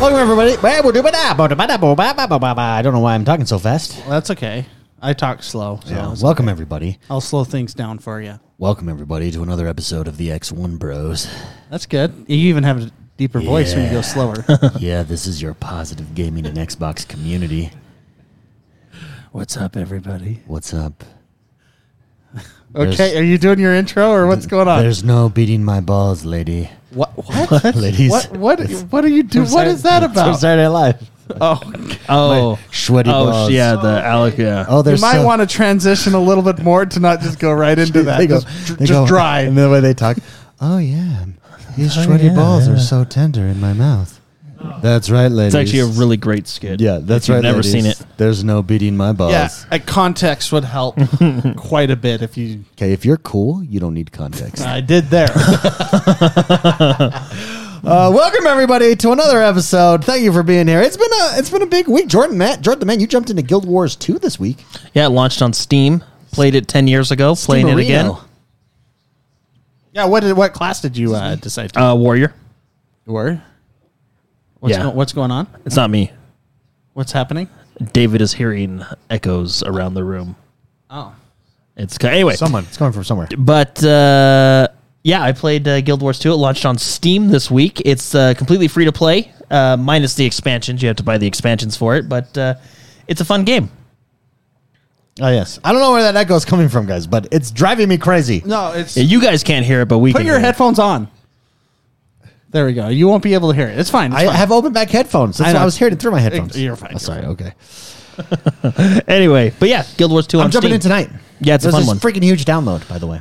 Welcome everybody. I don't know why I'm talking so fast. Well, that's okay. I talk slow. So Yeah. it's- Welcome everybody. I'll slow things down for you. Welcome everybody to another episode of the X1 Bros. That's good. You even have a deeper voice when you Yeah. go slower. yeah, this is your positive gaming and Xbox community. What's up, everybody? What's up? Okay, There's- are you doing your intro or what's going on? There's no beating my balls, lady. What? What? Ladies. What? What? What are you doing? What is that From about? Saturday Night Live. Oh, Oh, Sweaty oh balls. yeah, the Alec. Yeah. Oh, you there's might so- want to transition a little bit more to not just go right into that. They go, just they just go- dry. And the way they talk, oh yeah, these Oh, sweaty yeah, balls are yeah." so tender in my mouth. That's right, ladies. it's actually a really great skit. yeah. That's if you've right. Never ladies. seen it. There's no beating my balls. yeah, a context would help quite a bit if you. Okay, if you're cool, you don't need context. I did there. Uh, welcome everybody to another episode. Thank you for being here. It's been a it's been a big week. Jordan, Matt, Jordan, the man, you jumped into Guild Wars 2 this week. Yeah, it launched on Steam. Played it ten years ago. playing it again. Marino. yeah. What? Did, what class did you uh, decide to Uh, Warrior. were? What's, Yeah. go- what's going on? It's not me. What's happening? David is hearing echoes around the room. Oh. It's ki- anyway. Someone, it's coming from somewhere. But uh, yeah, I played uh, Guild Wars 2. It launched on Steam this week. It's uh, completely free to play, uh, minus the expansions. You have to buy the expansions for it, but uh, it's a fun game. Oh yes, I don't know where that echo is coming from, guys, but it's driving me crazy. No, it's Yeah, you guys can't hear it, but we put can your hear it. headphones on. There we go. You won't be able to hear it. It's fine. It's I fine. have open back headphones. That's I why know. I was hearing through my headphones. You're fine, Oh, you're sorry. Okay. Anyway, but yeah, Guild Wars 2 on I'm jumping Steam. in tonight. Yeah, it's a This fun is one. Freaking huge download, by the way.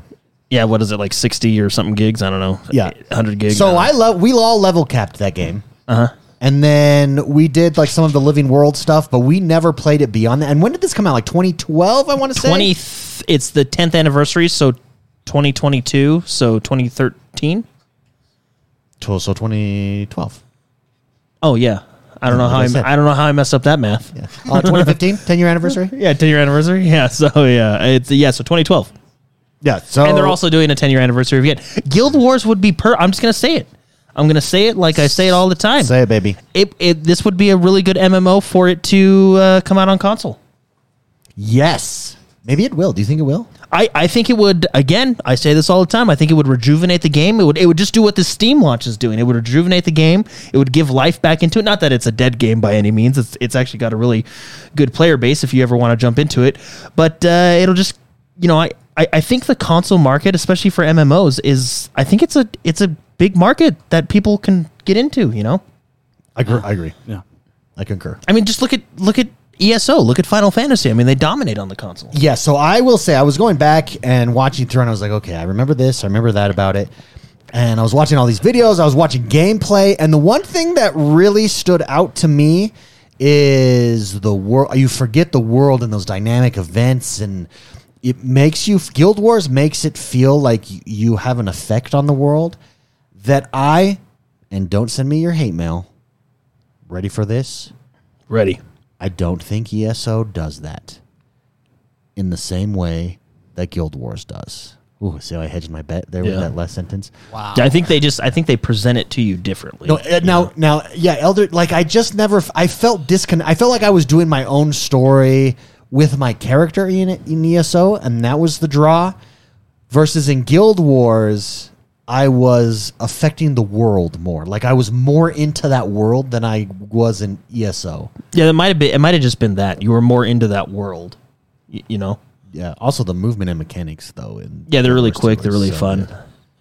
yeah, what is it like sixty or something gigs? I don't know. Yeah. hundred gigs. So I love. We all level capped that game. Uh huh. And then we did like some of the Living World stuff, but we never played it beyond that. And when did this come out? Like 2012, I want to say. twenty. th- It's the tenth anniversary, so twenty twenty two, so twenty thirteen. Tw- So 2012. Oh yeah, I don't know Like how I I, said. I don't know how I messed up that math. Yeah. Uh, 2015, 10 year anniversary. Yeah, ten year anniversary. Yeah, so yeah, it's yeah, so twenty twelve, Yeah. So and they're also doing a ten year anniversary again. Guild Wars would be per. I'm just gonna say it. I'm gonna say it like I say it all the time. say it, baby. It, it this would be a really good MMO for it to uh, come out on console. Yes. Maybe it will. Do you think it will? I, I think it would again. I say this all the time. I think it would rejuvenate the game. It would it would just do what the Steam launch is doing. It would rejuvenate the game. It would give life back into it. Not that it's a dead game by any means. It's it's actually got a really good player base if you ever want to jump into it. But uh, it'll just you know I, I I think the console market, especially for MMOs, is I think it's a it's a big market that people can get into. You know, I agree. I agree. yeah. I concur. I mean, just look at look at ESO. Look at Final Fantasy. I mean, they dominate on the console. Yeah, so I will say I was going back and watching through, and I was like, okay, I remember this, I remember that about it, and I was watching all these videos, I was watching gameplay, and the one thing that really stood out to me is the world. You forget the world and those dynamic events, and it makes you Guild Wars makes it feel like you have an effect on the world that I and don't send me your hate mail. Ready for this? Ready. I don't think ESO does that in the same way that Guild Wars does. Ooh, see how I hedged my bet there with Yeah. that last sentence? Wow. I think they just I think they present it to you differently. No, uh, now, now, yeah, Elder, like I just never, f- I felt disconnect. I felt like I was doing my own story with my character in, it- in ESO, and that was the draw. Versus in Guild Wars, I was affecting the world more. Like I was more into that world than I was in E ESO. Yeah, it might have been. It might have just been that you were more into that world. y- you know. Yeah. Also, the movement and mechanics, though. In Yeah, they're really Guild Wars quick, 2 they're is really so fun. good.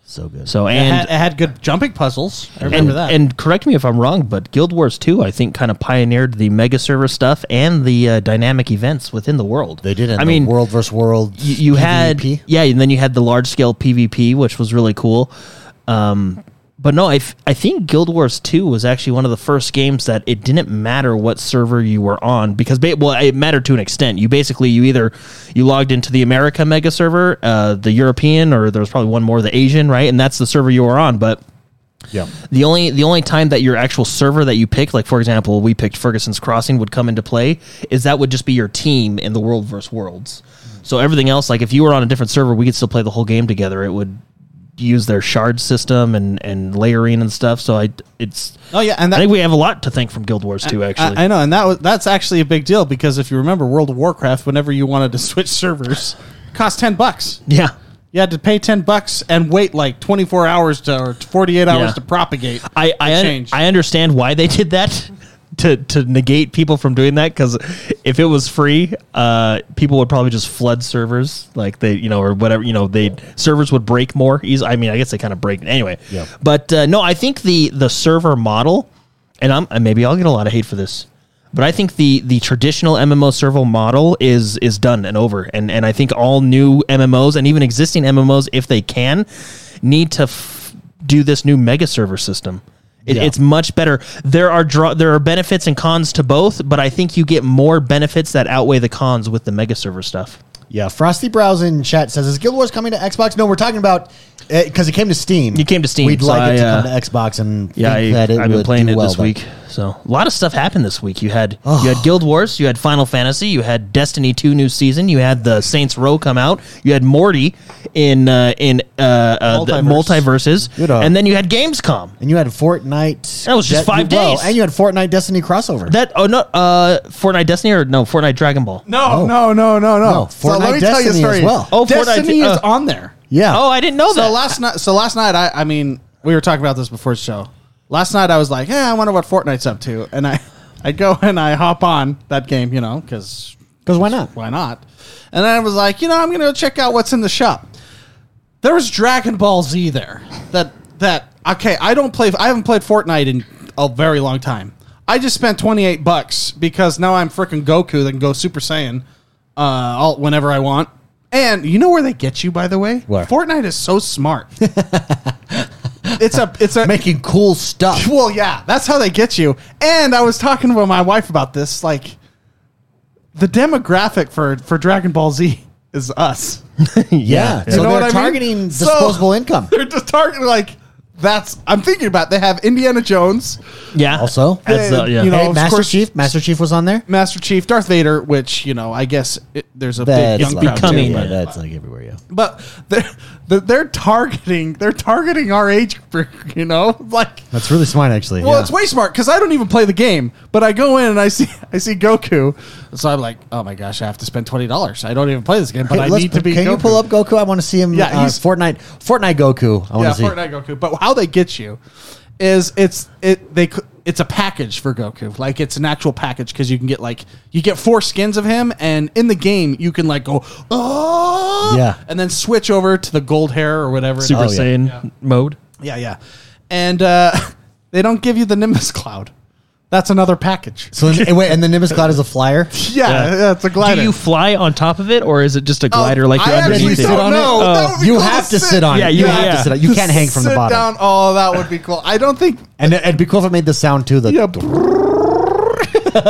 So good. So It, and had, it had good jumping puzzles. I and, remember that. and correct me if I'm wrong, but Guild Wars 2, I think, kind of pioneered the mega server stuff and the uh, dynamic events within the world. they did. It in I the mean, world versus world. you, you had PvP. yeah, and then you had the large scale PvP, which was really cool. Um, but no, I, f- I think Guild Wars Two was actually one of the first games that it didn't matter what server you were on because ba- well, it mattered to an extent. You basically you either you logged into the America mega server, uh, the European, or there was probably one more, the Asian, right? And that's the server you were on, but yeah. the only the only time that your actual server that you picked, like for example, we picked Ferguson's Crossing, would come into play is that would just be your team in the world versus worlds. So everything else, like if you were on a different server, we could still play the whole game together. It would use their shard system and, and layering and stuff. So I it's Oh yeah, and I that think we have a lot to thank from Guild Wars 2 actually. I, I know, and that was that's actually a big deal because if you remember World of Warcraft, whenever you wanted to switch servers, it cost ten bucks. yeah. You had to pay ten bucks and wait like twenty four hours to or forty eight hours Yeah. to propagate. I I, the un- change. I understand why they did that to to negate people from doing that because if it was free, uh, people would probably just flood servers like they you know or whatever you know they servers would break more easy. I mean, I guess they kind of break anyway. Yeah. But uh, no, I think the the server model, and I'm and maybe I'll get a lot of hate for this. But I think the, the traditional MMO server model is is done and over, and and I think all new MMOs and even existing MMOs, if they can, need to f- do this new mega server system. It, Yeah. It's much better. There are draw, there are benefits and cons to both, but I think you get more benefits that outweigh the cons with the mega server stuff. Yeah, Frosty Brows in chat says, "Is Guild Wars coming to Xbox?" No, we're talking about because it came to Steam. It came to Steam, We'd so like I, it to uh, come to Xbox, and Yeah, I, think that it I've been would playing do it well this there. week. So a lot of stuff happened this week. You had you had Guild Wars, you had Final Fantasy, you had Destiny Two new season, you had the Saints Row come out, you had Morty in uh, in uh, uh, the Multiverse. multiverses, Good on. and then you had Gamescom. And you had Fortnite. That was just De- five days. and you had Fortnite Destiny crossover. That oh no, uh, Fortnite Destiny or no Fortnite Dragon Ball. No, Oh. no, no, no, no. No, Fortnite Destiny as well. Oh, Fortnite- Destiny is uh, on there. yeah. Oh, I didn't know that. So last night, so last night, I, I mean, we were talking about this before the show. Last night, I was like, "Yeah, I wonder what Fortnite's up to," and I, I go and I hop on that game, you know, because because why not? why not? And I was like, you know, I'm gonna go check out what's in the shop. There was Dragon Ball Z there. That that okay. I don't play. I haven't played Fortnite in a very long time. I just spent 28 bucks because now I'm freaking Goku that can go Super Saiyan, uh, all whenever I want. And you know where they get you, by the way? Where? Fortnite is so smart. it's a it's a Making cool stuff. well, yeah, that's how they get you. And I was talking with my wife about this. Like, the demographic for for Dragon Ball Z is us. Yeah. You So know they're what I mean? targeting So- disposable income. They're just targeting like that's. I'm thinking about. They have Indiana Jones, yeah. Also, That's the- uh, yeah. you know, hey, of Master course- Chief. Master Chief was on there. Master Chief, Darth Vader, which you know, I guess it, there's a big young like- crowd becoming- too, yeah, but- that's like everywhere. Yeah. But they're they're- they're targeting they're targeting our age group. You know, like That's really smart, actually. Well, yeah. it's way smart because I don't even play the game, but I go in and I see I see Goku, so I'm like, oh my gosh, I have to spend twenty dollars. I don't even play this game, but Hey, I let's- need to be. Can Goku. you pull up Goku? I want to see him. Yeah, Yeah, he's- Fortnite. Fortnite Goku. I Yeah, want to see. Fortnite Goku. But how they get you is it's it they c- it's a package for Goku. Like it's an actual package because you can get like you get four skins of him, and in the game you can like go oh Yeah. and then switch over to the gold hair or whatever. Super Oh, yeah. Saiyan mode. Yeah, yeah, and uh, they don't give you the Nimbus Cloud. That's another package. So then, and wait, and the Nimbus Cloud is a flyer. Yeah, Yeah. yeah, it's a glider. Oh, Do you fly on top of it, or is it just a glider like you're I actually underneath it? don't know. Oh. That would be You cool have to sit on it. Yeah, you you- have to yeah. sit on it. You can't hang from the sit bottom. down. Oh, that would be cool. I don't think. And it- it'd be cool if it made the sound too. The Yeah.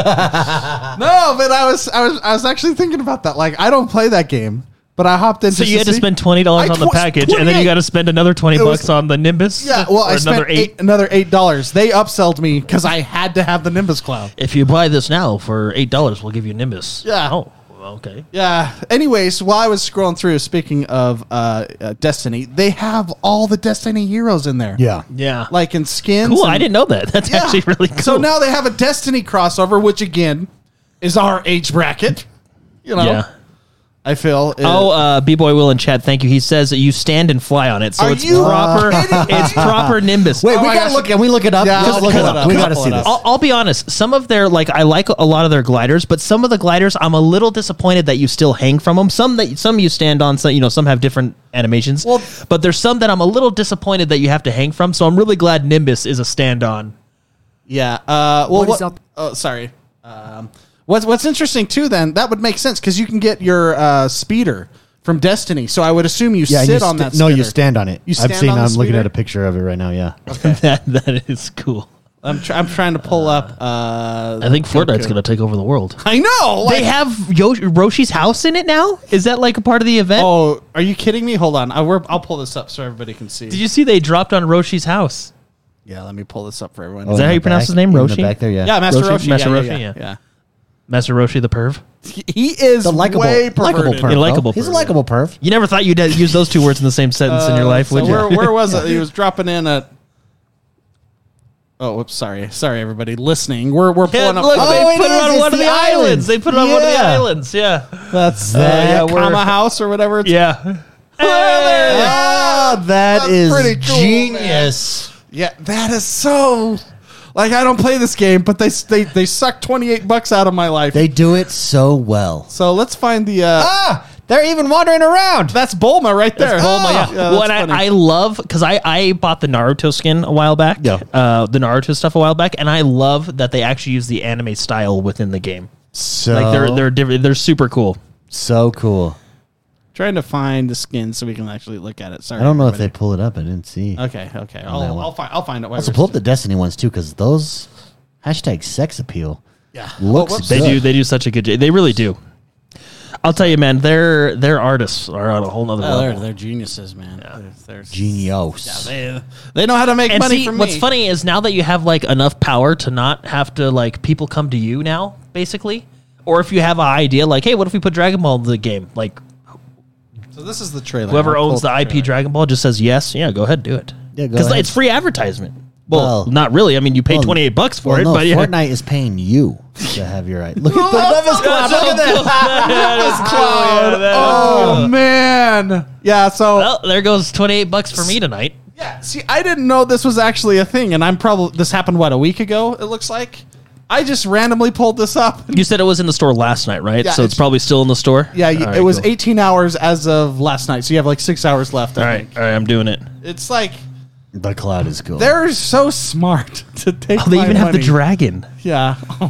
No, but I was, I was, I was actually thinking about that. Like, I don't play that game, but I hopped in. So just you had to see- spend twenty dollars I on the tw- package, and then 28. you got to spend another twenty It was- bucks on the Nimbus. Yeah, well, or I spent another eight. another eight dollars. They upselled me because I had to have the Nimbus Cloud. If you buy this now for eight dollars, we'll give you Nimbus. Yeah. Oh, okay. Yeah. Anyways, while I was scrolling through, speaking of uh, uh, Destiny, they have all the Destiny heroes in there. yeah. Yeah. Like, Like in skins. cool. and- I didn't know that. That's Yeah. actually really cool. So now they have a Destiny crossover, which again is our age bracket. You know, Yeah. I feel. it- Oh, uh, b boy will in chat. Thank you. He says that you stand and fly on it, so Are it's you proper. kidding me? it's proper Nimbus. Wait, Oh we my gotta gosh. look. and we look it up? Yeah, Let's I'll look pull it it up. up. We I'll gotta pull see it this. up. I'll, I'll be honest. Some of their like I like a lot of their gliders, but some of the gliders I'm a little disappointed that you still hang from them. Some that some you stand on, some you know some have different animations. Well- but there's some that I'm a little disappointed that you have to hang from. So I'm really glad Nimbus is a stand on. yeah. Uh, well, What is what, up? oh, sorry. Um, what's What's interesting too? Then that would make sense because you can get your uh, speeder from Destiny. So I would assume you and sit you on sta- that. No, you speeder. stand on it. You I've stand seen. on the I'm looking speeder? at a picture of it right now. Yeah. that that is cool. I'm, try- I'm trying to pull up. Uh, I think Fortnite's Goku. gonna take over the world. I know. They Like, have Yo- Roshi's house in it now. Is that like a part of the event? oh, are you kidding me? Hold on. I, we're, I'll pull this up so everybody can see. Did you see they dropped on Roshi's house? yeah, let me pull this up for everyone. Oh, that in how the you pronounce back- his name? in the Roshi? Back there, yeah. Yeah, Master Roshi- Roshi. Master yeah, Roshi, yeah, yeah. yeah. Master Roshi the perv. He is The likable, way likable perverted. perv. A likable though. He's a perv, likable perv. You never thought you'd uh, use those two words in the same sentence in your Uh, life, so would you? Where, where was it? He was dropping in at. Oh, whoops, sorry, sorry, everybody listening. We're we're pulling up. Oh, they it put it is, on it's one of the the island. islands. They put it on one of the Yeah. islands. Yeah. That's Uh, that. yeah, the we're- Kama House or whatever. It's Yeah. Ah, that That's is pretty cool, genius. Yeah, that is so. Like I don't play this game, but they they they suck twenty eight bucks out of my life. They do it so well. so let's find the. Uh, Ah, they're even wandering around. that's Bulma right there. Bulma, Ah! yeah. well, and I, I love because I, I bought the Naruto skin a while back. Yeah. Uh, the Naruto stuff a while back, and I love that they actually use the anime style within the game. So Like they're they're different. They're super cool. so cool. trying to find the skin so we can actually look at it. Sorry, I don't know if they everybody. pull it up. I didn't see. Uh, Okay, okay, that I'll, one. I'll find I'll find it. while Also, we're- pull up the Destiny ones too, because those hashtag sex appeal Yeah. looks. Oh, whoops. They good. do they do such a good. job. They really do. I'll tell you, man. Their their artists are on a whole nother Oh, level. they're, they're geniuses, man. They're, they're genios. They, they know how to make and money see, from what's me. funny is now that you have like enough power to not have to like people come to you now, basically. Or if you have an idea, like, hey, what if we put Dragon Ball into the game? Like, So this is the trailer. whoever I'll owns pull the up IP Dragon Ball just says yes. Yeah, go ahead, do it. Yeah, go because ahead. it's free advertisement. Well, Well- not really. I mean, you pay Well, twenty eight bucks for Well, it, no, but yeah. Fortnite is paying you to have your right. Look at the Memphis Cloud. Look at that. cloud. Oh man, yeah. So Well, there goes twenty eight bucks for me tonight. yeah, see, I didn't know this was actually a thing, and I'm probably this happened what a week ago. It looks like I just randomly pulled this up. You said it was in the store last night, right? Yeah, so it's, it's- probably still in the store. Yeah, All it right, was cool. 18 hours as of last night, so you have like six hours left. I All right, think. all right. I'm doing it. it's like The cloud is cool. they're so smart to take. Oh, they my even have the money. dragon. Yeah.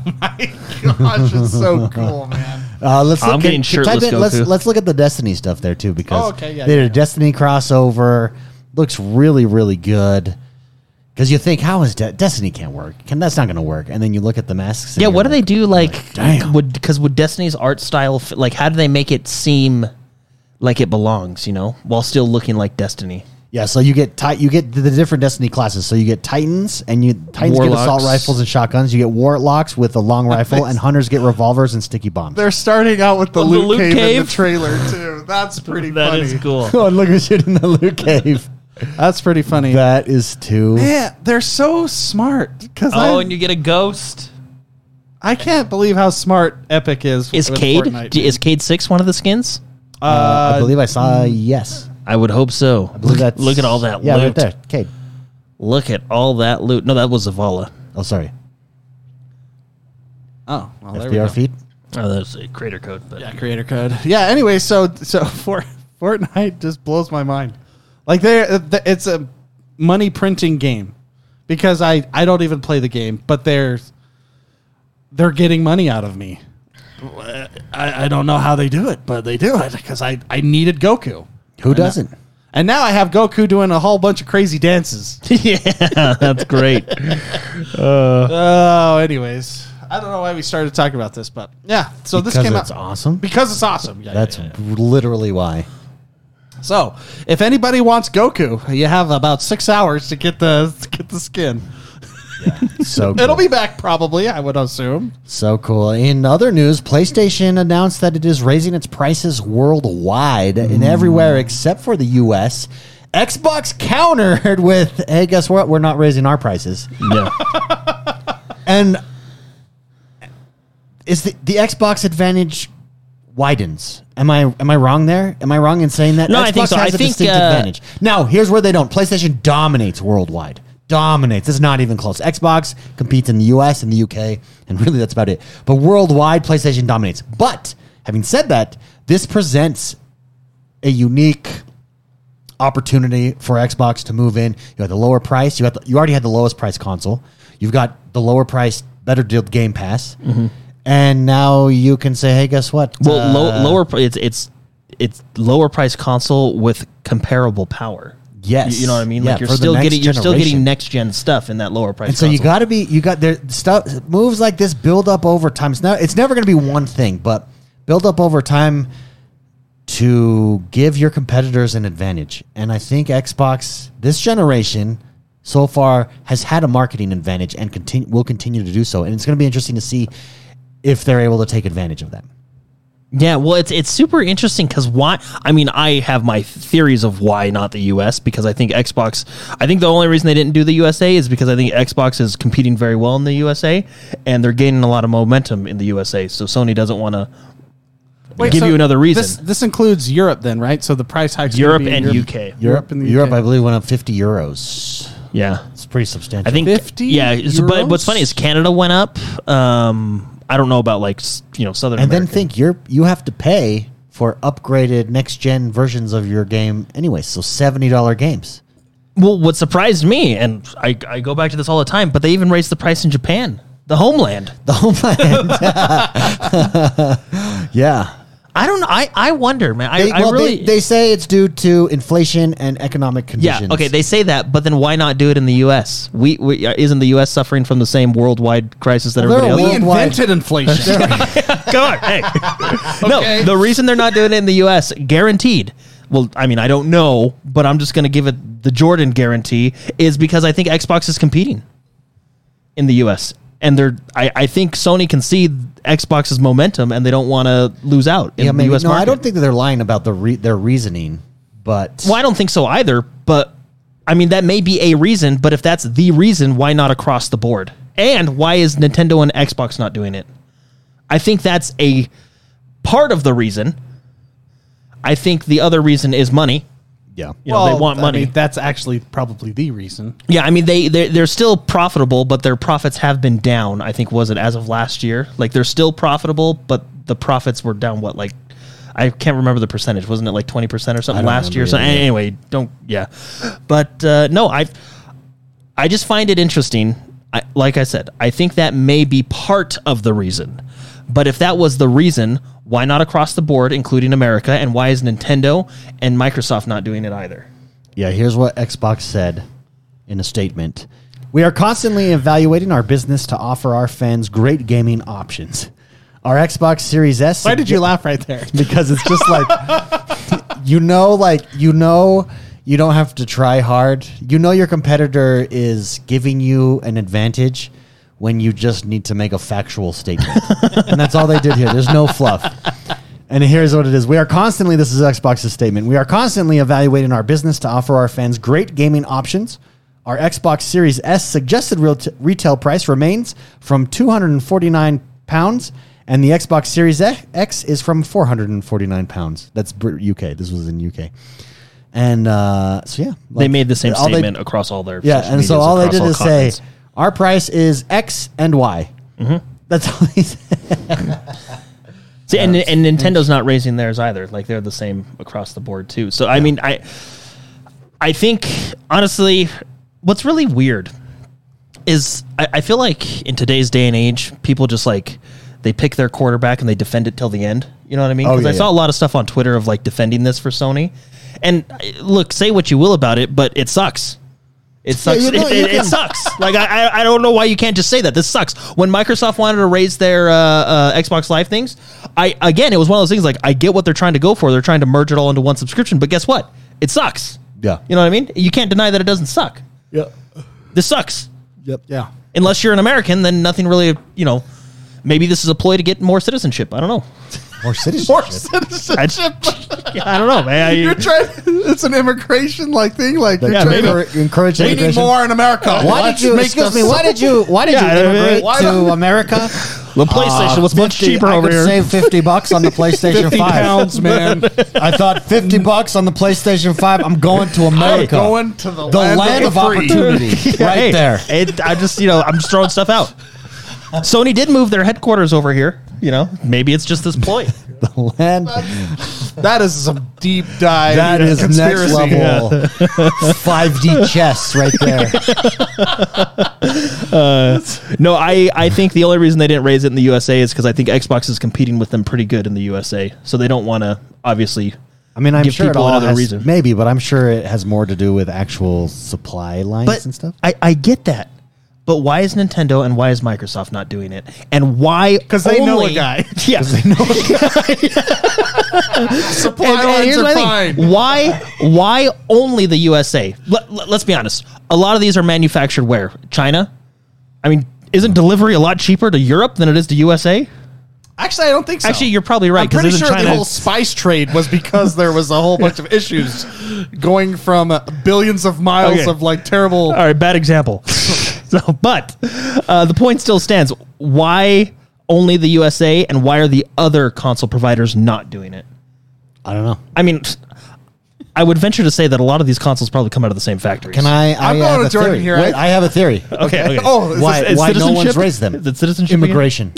Oh my gosh, it's so cool, man. Uh, let's I'm look getting at, shirtless type in, let's, Goku. let's look at the Destiny stuff there too because Oh, okay, yeah, they did yeah, a Destiny crossover. Looks really really good. Because you think how is De- Destiny can't work? Can that's not going to work? And then you look at the masks. and Yeah, you're what do they like, do? Like, damn. would because would Destiny's art style f- like how do they make it seem like it belongs? You know, while still looking like Destiny. Yeah, so you get ti- you get the, the different Destiny classes. So you get Titans and you Titans get assault Warlocks. rifles and shotguns. You get Warlocks with a long rifle, and Hunters get revolvers and sticky bombs. They're starting out with the, With the Luke, Luke cave, in cave? the trailer too. That's pretty That funny. is cool. oh, and look at shit in the loot cave. That's pretty funny. That is too. yeah, they're so smart because Oh, I, and you get a ghost. I can't believe how smart Epic is. Is with Cade Fortnite. d- is Cade six one of the skins? uh, I believe I saw yes. I would hope so. I believe Look, that's- look at all that Yeah, loot. right there. Cade. Look at all that loot. No, that was Zavala. Oh, sorry. oh, well, there we go. FBR feed. Oh, that's a creator code. But Yeah, creator code. Yeah. Anyway, so so for, Fortnite just blows my mind. Like they, it's a money printing game because I I don't even play the game, but they're they're getting money out of me. I, I don't know how they do it, but they do it because I I needed Goku, Who doesn't? and now I have Goku doing a whole bunch of crazy dances. yeah, that's great. Oh, anyways. I don't know why we started talking about this, but yeah. So this Because came it's out awesome? because it's awesome. Yeah, yeah, That's yeah, yeah. literally why. So, if anybody wants Goku, you have about six hours to get the to get the skin. So cool. It'll be back probably, I would assume. so cool. In other news, PlayStation announced that it is raising its prices worldwide and everywhere except for the U.S. Xbox countered with, "Hey, guess what? We're not raising our prices." Yeah. And is the the Xbox advantage widens? Am I am I wrong there? Am I wrong in saying that? No, Xbox I think so. I has a think, distinct uh, advantage. Now, here's where they don't. PlayStation dominates worldwide. Dominates. It's not even close. Xbox competes in the US and the UK, and really that's about it. But worldwide, PlayStation dominates. But having said that, this presents a unique opportunity for Xbox to move in. You had the lower price. You got the, you already had the lowest price console. You've got the lower price, better deal Game Pass, and now you can say, "Hey, guess what? Mm-hmm. Well, Uh, low, lower. pri- It's it's it's lower price console with comparable power. Yes. You, you know what I mean. Yeah, like you're for the still next getting you're still generation. getting next gen stuff in that lower price. And so you console. got to be you got there stuff moves like this build up over time. It's not it's never going to be one thing, but build up over time to give your competitors an advantage. And I think Xbox this generation so far has had a marketing advantage and continue will continue to do so. And it's going to be interesting to see if they're able to take advantage of them. Yeah, well, it's it's super interesting because why? I mean, I have my theories of why not the U.S. because I think Xbox. I think the only reason they didn't do the USA is because I think Xbox is competing very well in the USA and they're gaining a lot of momentum in the USA. So Sony doesn't want to Wait, give so you another reason. This, this includes Europe, then, right? So the price hikes. gonna Europe be in and UK. Europe and the Europe, UK. I believe, went up 50 euros. Yeah, It's pretty substantial. I think 50 Yeah, it's- but what's euros? funny is Canada went up. Um, I don't know about like s- you know Southern. and then America. think you're you have to pay for upgraded next gen versions of your game anyway. So seventy dollar games. Well, what surprised me, and I, I go back to this all the time, but they even raised the price in Japan, the homeland. The homeland. yeah. I don't. I I wonder, man. I, They, I well, really. they, they say it's due to inflation and economic yeah. conditions. Okay. They say that, but then why not do it in the U.S.? We, we uh, isn't the U.S. suffering from the same worldwide crisis that Well, they're everybody We else? Worldwide. invented inflation. Come on. Hey. No. The reason they're not doing it in the U.S. guaranteed. Well, I mean, I don't know, but I'm just going to give it the Jordan guarantee is because I think Xbox is competing in the U.S. and they're. I, I think Sony can see Xbox's momentum and they don't want to lose out in yeah, maybe. the U.S. no, market. I don't think that they're lying about the re- their reasoning, but Well, I don't think so either, but I mean, that may be a reason, but if that's the reason, why not across the board? And why is Nintendo and Xbox not doing it? I think that's a part of the reason. I think the other reason is money. yeah. You know, they want I money. mean, that's actually probably the reason. yeah, I mean, they, they're, they're still profitable, but their profits have been down, I think, was it as of last year? Like, they're still profitable, but the profits were down, what, like, I can't remember the percentage. Wasn't it like 20% or something? I don't last year. remember So either. anyway, don't yeah. But uh, no, I I just find it interesting. I, like I said, I think that may be part of the reason. But if that was the reason, why not across the board, including America? And why is Nintendo and Microsoft not doing it either? Yeah, here's what Xbox said in a statement. We are constantly evaluating our business to offer our fans great gaming options. Our Xbox Series S Why did you laugh right there? because it's just like you know like you know you don't have to try hard you know your competitor is giving you an advantage when you just need to make a factual statement and that's all they did here there's no fluff and here's what it is we are constantly this is xbox's statement we are constantly evaluating our business to offer our fans great gaming options our Xbox Series S suggested real t- retail price remains from 249 pounds, and the Xbox Series E- X is from 449 pounds. That's Brit- UK. This was in UK, and uh, so yeah, They like, made the same all they- statement across all their yeah, social and so medias, all they across did is continents. Mm-hmm. say our price is X and Y. That's all they said. See, and, and Nintendo's not raising theirs either. Like they're the same across the board too. So I mean, I I think honestly, what's really weird is I, I feel like in today's day and age, people just like they pick their quarterback and they defend it till the end. You know what I mean? Oh, Because I yeah, saw yeah. a lot of stuff on Twitter of like defending this for Sony. And I- look, say what you will about it, but it sucks. It sucks. you know, it, you it, it can- sucks. Like I, I, I don't know why you can't just say that. This sucks. When Microsoft wanted to raise their uh, uh, Xbox Live things, I again, it was one of those things. Like I get what they're trying to go for. They're trying to merge it all into one subscription. But guess what? It sucks. Yeah. You know what I mean? You can't deny that it doesn't suck. Yep. This sucks. Yep. Yeah. Unless you're an American, then nothing really. You know, maybe this is a ploy to get more citizenship. I don't know. More citizenship. More citizenship. I don't know, man. I- you're trying. It's an immigration like thing. Like you're Yeah, trying maybe. to Encourage We need immigration. more in America. Why Let's did you? make Excuse us- me. Why did you? Why did Yeah, I you mean, immigrate why to America? the PlayStation was much 50 cheaper Uh, I over could here. Save fifty bucks on the PlayStation 50 Five. pounds, man. I thought fifty bucks on the PlayStation Five. I'm going to I'm America, going to the, the land of the free. opportunity, right Hey, there. It, I just, you know, I'm just throwing stuff out. Sony did move their headquarters over here. You know, maybe it's just this ploy. The land That is some deep dive. that is next conspiracy. level. Five D chess, right there. no, I, I think the only reason they didn't raise it in the USA is because I think Xbox is competing with them pretty good in the USA, so they don't want to obviously. I mean, I'm Give sure it people all another has, reason. maybe, but I'm sure it has more to do with actual supply lines and stuff. I, I get that. But why is Nintendo and why is Microsoft not doing it? And why? Because they know a guy. Yeah. Supply And- and lines here's are my thing. fine. Why? Why only the USA? Let, us be honest. A lot of these are manufactured where China. I mean, isn't delivery a lot cheaper to Europe than it is to USA? Actually, I don't think so. Actually, you're probably right, I'm 'cause pretty isn't sure China- the whole spice trade was because there was a whole bunch of issues going from uh, billions of miles Okay. of like terrible. All right, bad example. so, but uh, the point still stands. Why only the USA, and why are the other console providers not doing it? I don't know. I mean, I would venture to say that a lot of these consoles probably come out of the same factories. Can I? I I'm going have with a Jordan theory. here. Wait, I- I have a theory. Okay. okay. Oh, is why? this- Why no one's citizenship? raised them? The citizenship again? Immigration.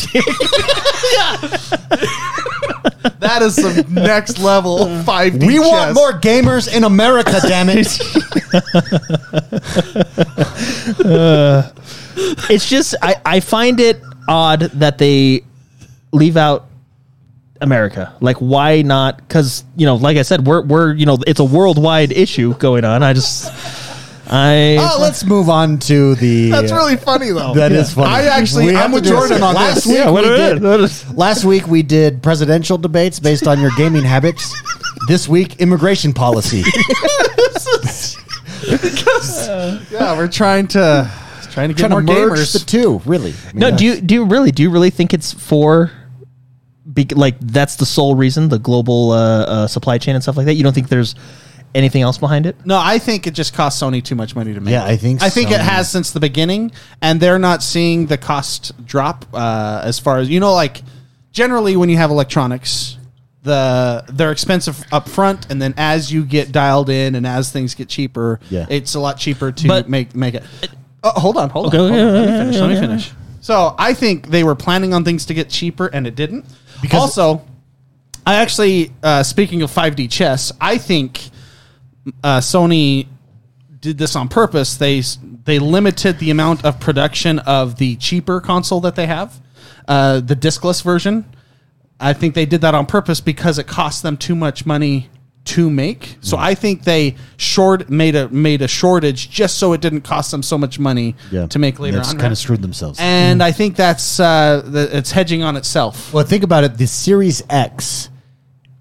that is some next level five. we want more gamers in America. Damn it! It's just I, I find it odd that they leave out America. Like why not? Because you know, like I said, we're we're you know it's a worldwide issue going on. I just I oh, let's move on to the. uh, That's really funny though. That is funny. I actually- have I'm to with do Jordan this. on last this. Week Yeah, what we it is, did, what it is. Last week we did presidential debates based on your gaming habits. This week, immigration policy. yeah, we're trying to trying to Trying to get more merge gamers. the two, really. I mean, no. Do that's- you do you really do you really think it's for? Be, like that's the sole reason the global uh, uh, supply chain and stuff like that. You don't think there's anything else behind it? No, I think it just costs Sony too much money to make. Yeah, I think I think Sony- it has since the beginning, and they're not seeing the cost drop uh, as far as you know. Like generally, when you have electronics, the they're expensive up front, and then as you get dialed in, and as things get cheaper, Yeah. it's a lot cheaper to But- make make it. Oh, hold on, hold on, Okay, hold on. Let me yeah, finish. yeah, Let me yeah. finish. So I think they were planning on things to get cheaper, and it didn't. Because- also, I actually, uh, speaking of 5D chess, I think uh, Sony did this on purpose. They s- they limited the amount of production of the cheaper console that they have, uh, the discless version. I think they did that on purpose because it cost them too much money to make. So Mm. I think they short made a made a shortage just so it didn't cost them so much money Yeah. to make later That's on. kind of screwed themselves. Mm. and I think that's uh, the, it's hedging on itself. Well, think about it. The Series X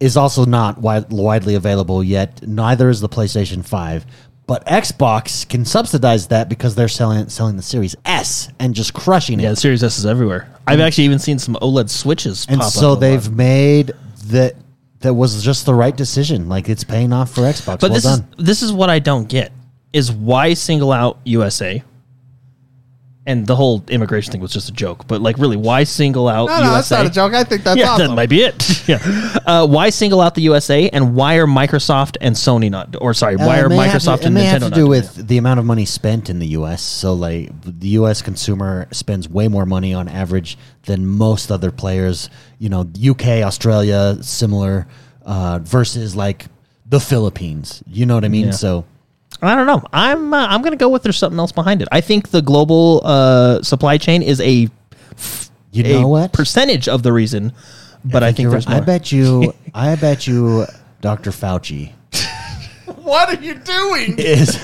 is also not wi- widely available yet. Neither is the PlayStation Five. But Xbox can subsidize that because they're selling selling the Series S and just crushing it. Yeah, the Series S is everywhere. I've actually even seen some OLED switches. and pop so up a lot. they've made that that was just the right decision. Like it's paying off for Xbox. But well this done. is this is what I don't get is why single out USA. And the whole immigration thing was just a joke, but like really, why single out No, USA? no, that's not a joke. I think that's Yeah, awesome. that might be it. yeah, uh, why single out the USA and why are Microsoft and Sony not? Or sorry, Uh, why it are may have Microsoft to, and it Nintendo may have to not do doing with the amount of money spent in the U.S. So, like, the U.S. consumer spends way more money on average than most other players. You know, U.K., Australia, similar, uh, versus like the Philippines. You know what I mean? Yeah. So, I don't know. I'm uh, I'm gonna go with there's something else behind it. I think the global uh, supply chain is a you a know what? percentage of the reason, but I think, You're- there's more. I bet you. I bet you, Dr. Fauci What are you doing? is.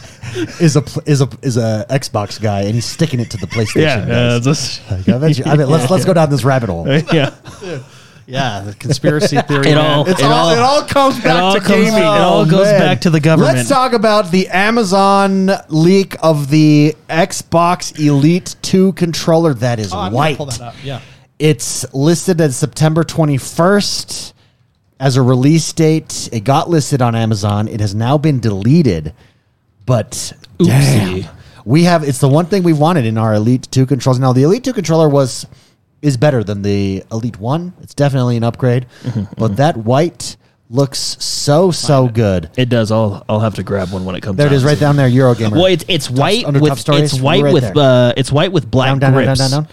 Is a pl- is a is a Xbox guy and he's sticking it to the PlayStation. guys. Like, I bet you. I bet, let's let's go down this rabbit hole. uh, yeah. Yeah, the conspiracy theory. It man. all- it's it all, all- it all comes back all to comes- gaming. it all goes Oh, man. back to the government. Let's talk about the Amazon leak of the Xbox Elite 2 controller that is Oh, I'm gonna white. pull that up, yeah. It's listed as September 21st as a release date. It got listed on Amazon. It has now been deleted. But damn, we have it's the one thing we wanted in our Elite 2 controllers. Now the Elite 2 controller was is better than the Elite 1. It's definitely an upgrade. but that white looks so so good. It does. I'll I'll have to grab one when it comes. There it out. is, right down there, Eurogamer. Well, it's it's white under top with stories, it's white right with there. uh it's white with black down, down, down, down, grips. down, down.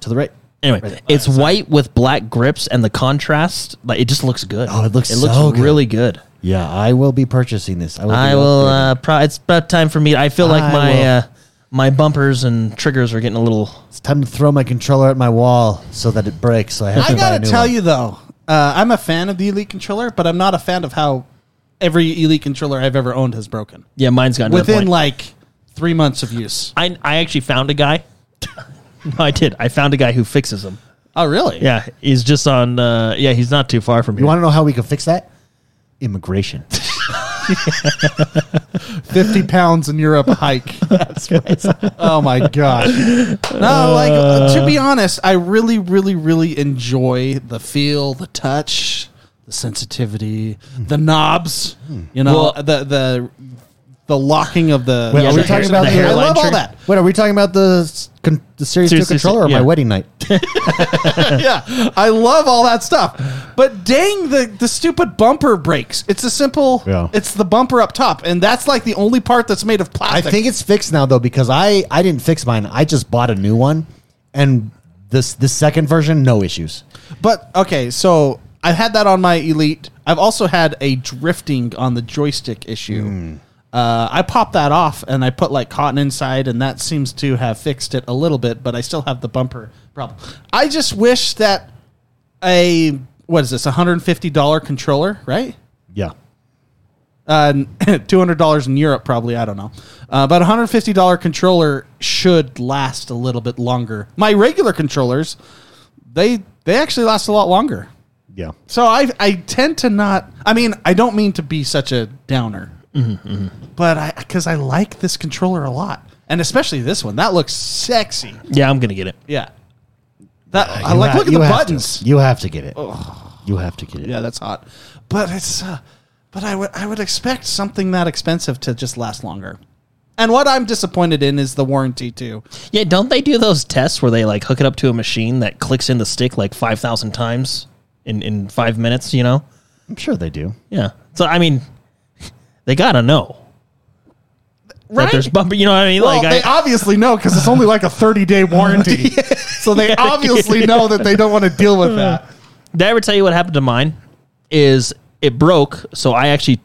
To the right. Anyway, it's white with black grips and the contrast, like it just looks good. Oh, it looks it looks so good. really good. Yeah, I will be purchasing this. I will. I be will. upgrading. Uh, pro- it's about time for me. I feel like I my will. uh, my bumpers and triggers are getting a little. it's time to throw my controller at my wall so that it breaks. So I have I to buy a gotta new tell one. you though, uh, I'm a fan of the Elite controller, but I'm not a fan of how every Elite controller I've ever owned has broken Yeah, mine's gotten to that within point. like three months of use. I I actually found a guy. no, I did. I found a guy who fixes them. Oh, really? Yeah, he's just on. Uh, yeah, he's not too far from here. You want to know how we can fix that? Immigration. Fifty pounds in Europe hike. Oh my gosh. No, like uh, to be honest, I really, really, really enjoy the feel, the touch, the sensitivity, Hmm. the knobs. You know, Well- the the the locking of the. Wait, Yeah, are we the talking hair- about the the, I hairline love all trim. that. Wait, are we talking about the s- con- the series two Series two, controller or yeah. my wedding night? yeah, I love all that stuff. But dang, the the stupid bumper breaks. It's a simple. Yeah. It's the bumper up top, and that's like the only part that's made of I plastic. think it's fixed now though because I I didn't fix mine. I just bought a new one, and this the second version no issues. But okay, so I've had that on my Elite. I've also had a drifting on the joystick issue. Hmm. Uh, I popped that off and I put like cotton inside, and that seems to have fixed it a little bit. But I still have the bumper problem. I just wish that a what is this, one hundred and fifty dollar controller, right? Yeah. Uh, two hundred dollars in Europe, probably. I don't know, uh, but one hundred fifty dollar controller should last a little bit longer. My regular controllers, they they actually last a lot longer. Yeah. So I I tend to not. I mean, I don't mean to be such a downer, but I because I like this controller a lot, and especially this one. That looks sexy. Yeah, I'm gonna get it. Yeah, that I like. look at the Uh, buttons. you have to get it. You have to get it. Yeah, that's hot. But it's uh, but I would I would expect something that expensive to just last longer. And what I'm disappointed in is the warranty too. Yeah, don't they do those tests where they like hook it up to a machine that clicks in the stick like five thousand times in in five minutes? You know? I'm sure they do. Yeah. So I mean, they gotta know that there's bumper. You know what I mean? Well, like they I, obviously know because it's only like a 30 day warranty. so they obviously know that they don't want to deal with that. Did I ever tell you what happened to mine? Is it broke, so I actually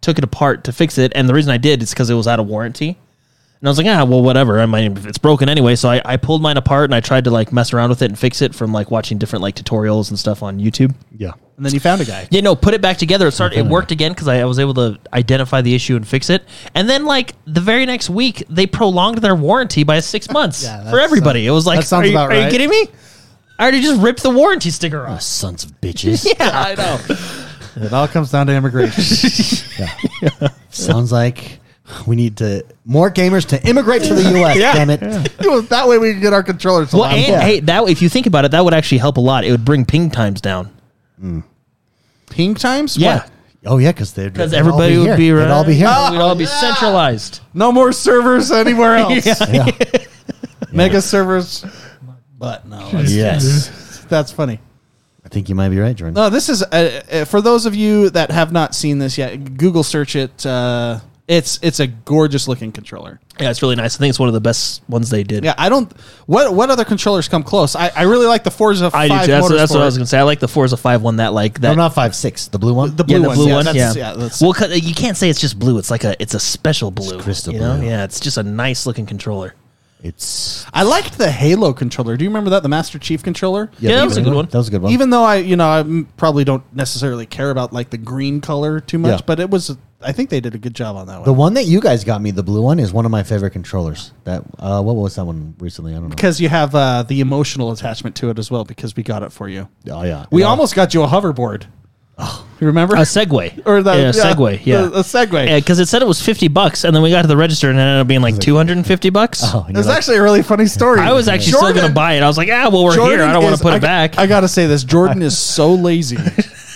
took it apart to fix it, and the reason I did is because it was out of warranty. And I was like, ah, well, whatever. I mean, it's broken anyway. So I, I pulled mine apart and I tried to like mess around with it and fix it from like watching different like tutorials and stuff on YouTube. Yeah. And then you found a guy. Yeah, no, put it back together. It started. It worked again because I, I was able to identify the issue and fix it. And then like the very next week, they prolonged their warranty by six months Yeah, that for everybody. sounds- it was like, that sounds are, you, about are you right. kidding me? I already just ripped the warranty sticker off. Ah, Sons of bitches. Yeah, I know. It all comes down to immigration. Sounds like we need to more gamers to immigrate to the U.S. Damn it. that way we can get our controllers. Well, aligned. and yeah. hey, that if you think about it, that would actually help a lot. It would bring ping times down. ping times? Yeah, What? Oh yeah, because they're because everybody would be They'd right. all be here. Ah. We'd all be yeah. centralized. No more servers anywhere else. Yeah. Mega servers. But no. that's- yes, That's funny. I think you might be right, Jordan. No, this is uh, uh, for those of you that have not seen this yet. Google search it. Uh, it's it's a gorgeous looking controller. Yeah, it's really nice. I think it's one of the best ones they did. Yeah, I don't. What what other controllers come close? I, I really like the Forza I do. Five. Too. That's, that's what I Motorsport. was gonna say. I like the Forza Five one. That like no, that. not five six. The blue one. The yeah, blue the ones, blue yeah, one. that's- Yeah. yeah, that's- well, 'cause uh, you can't say it's just blue. It's like a it's a special blue. crystal you know? blue. Yeah, it's just a nice looking controller. It's I liked the Halo controller. Do you remember that the Master Chief controller? Yeah, that was a good one. That was a good one. Even though I you know I mm, probably don't necessarily care about like the green color too much, Yeah. but it was I think they did a good job on that the one one that you guys got me, the blue one, is one of my favorite controllers. That uh, what was that one recently? I don't know. because you have uh, the emotional attachment to it as well because we got it for you. Oh yeah, We Yeah. almost got you a hoverboard. You remember? A Segway or the yeah, a Segway. Yeah, the, the Segway. because it said it was fifty bucks, and then we got to the register, and it ended up being like two hundred and fifty bucks. Oh, and It was you're like, actually a really funny story. I was actually still gonna buy it. I was like, ah, well, we're here. I don't want to put it back. I gotta say this: Jordan is so lazy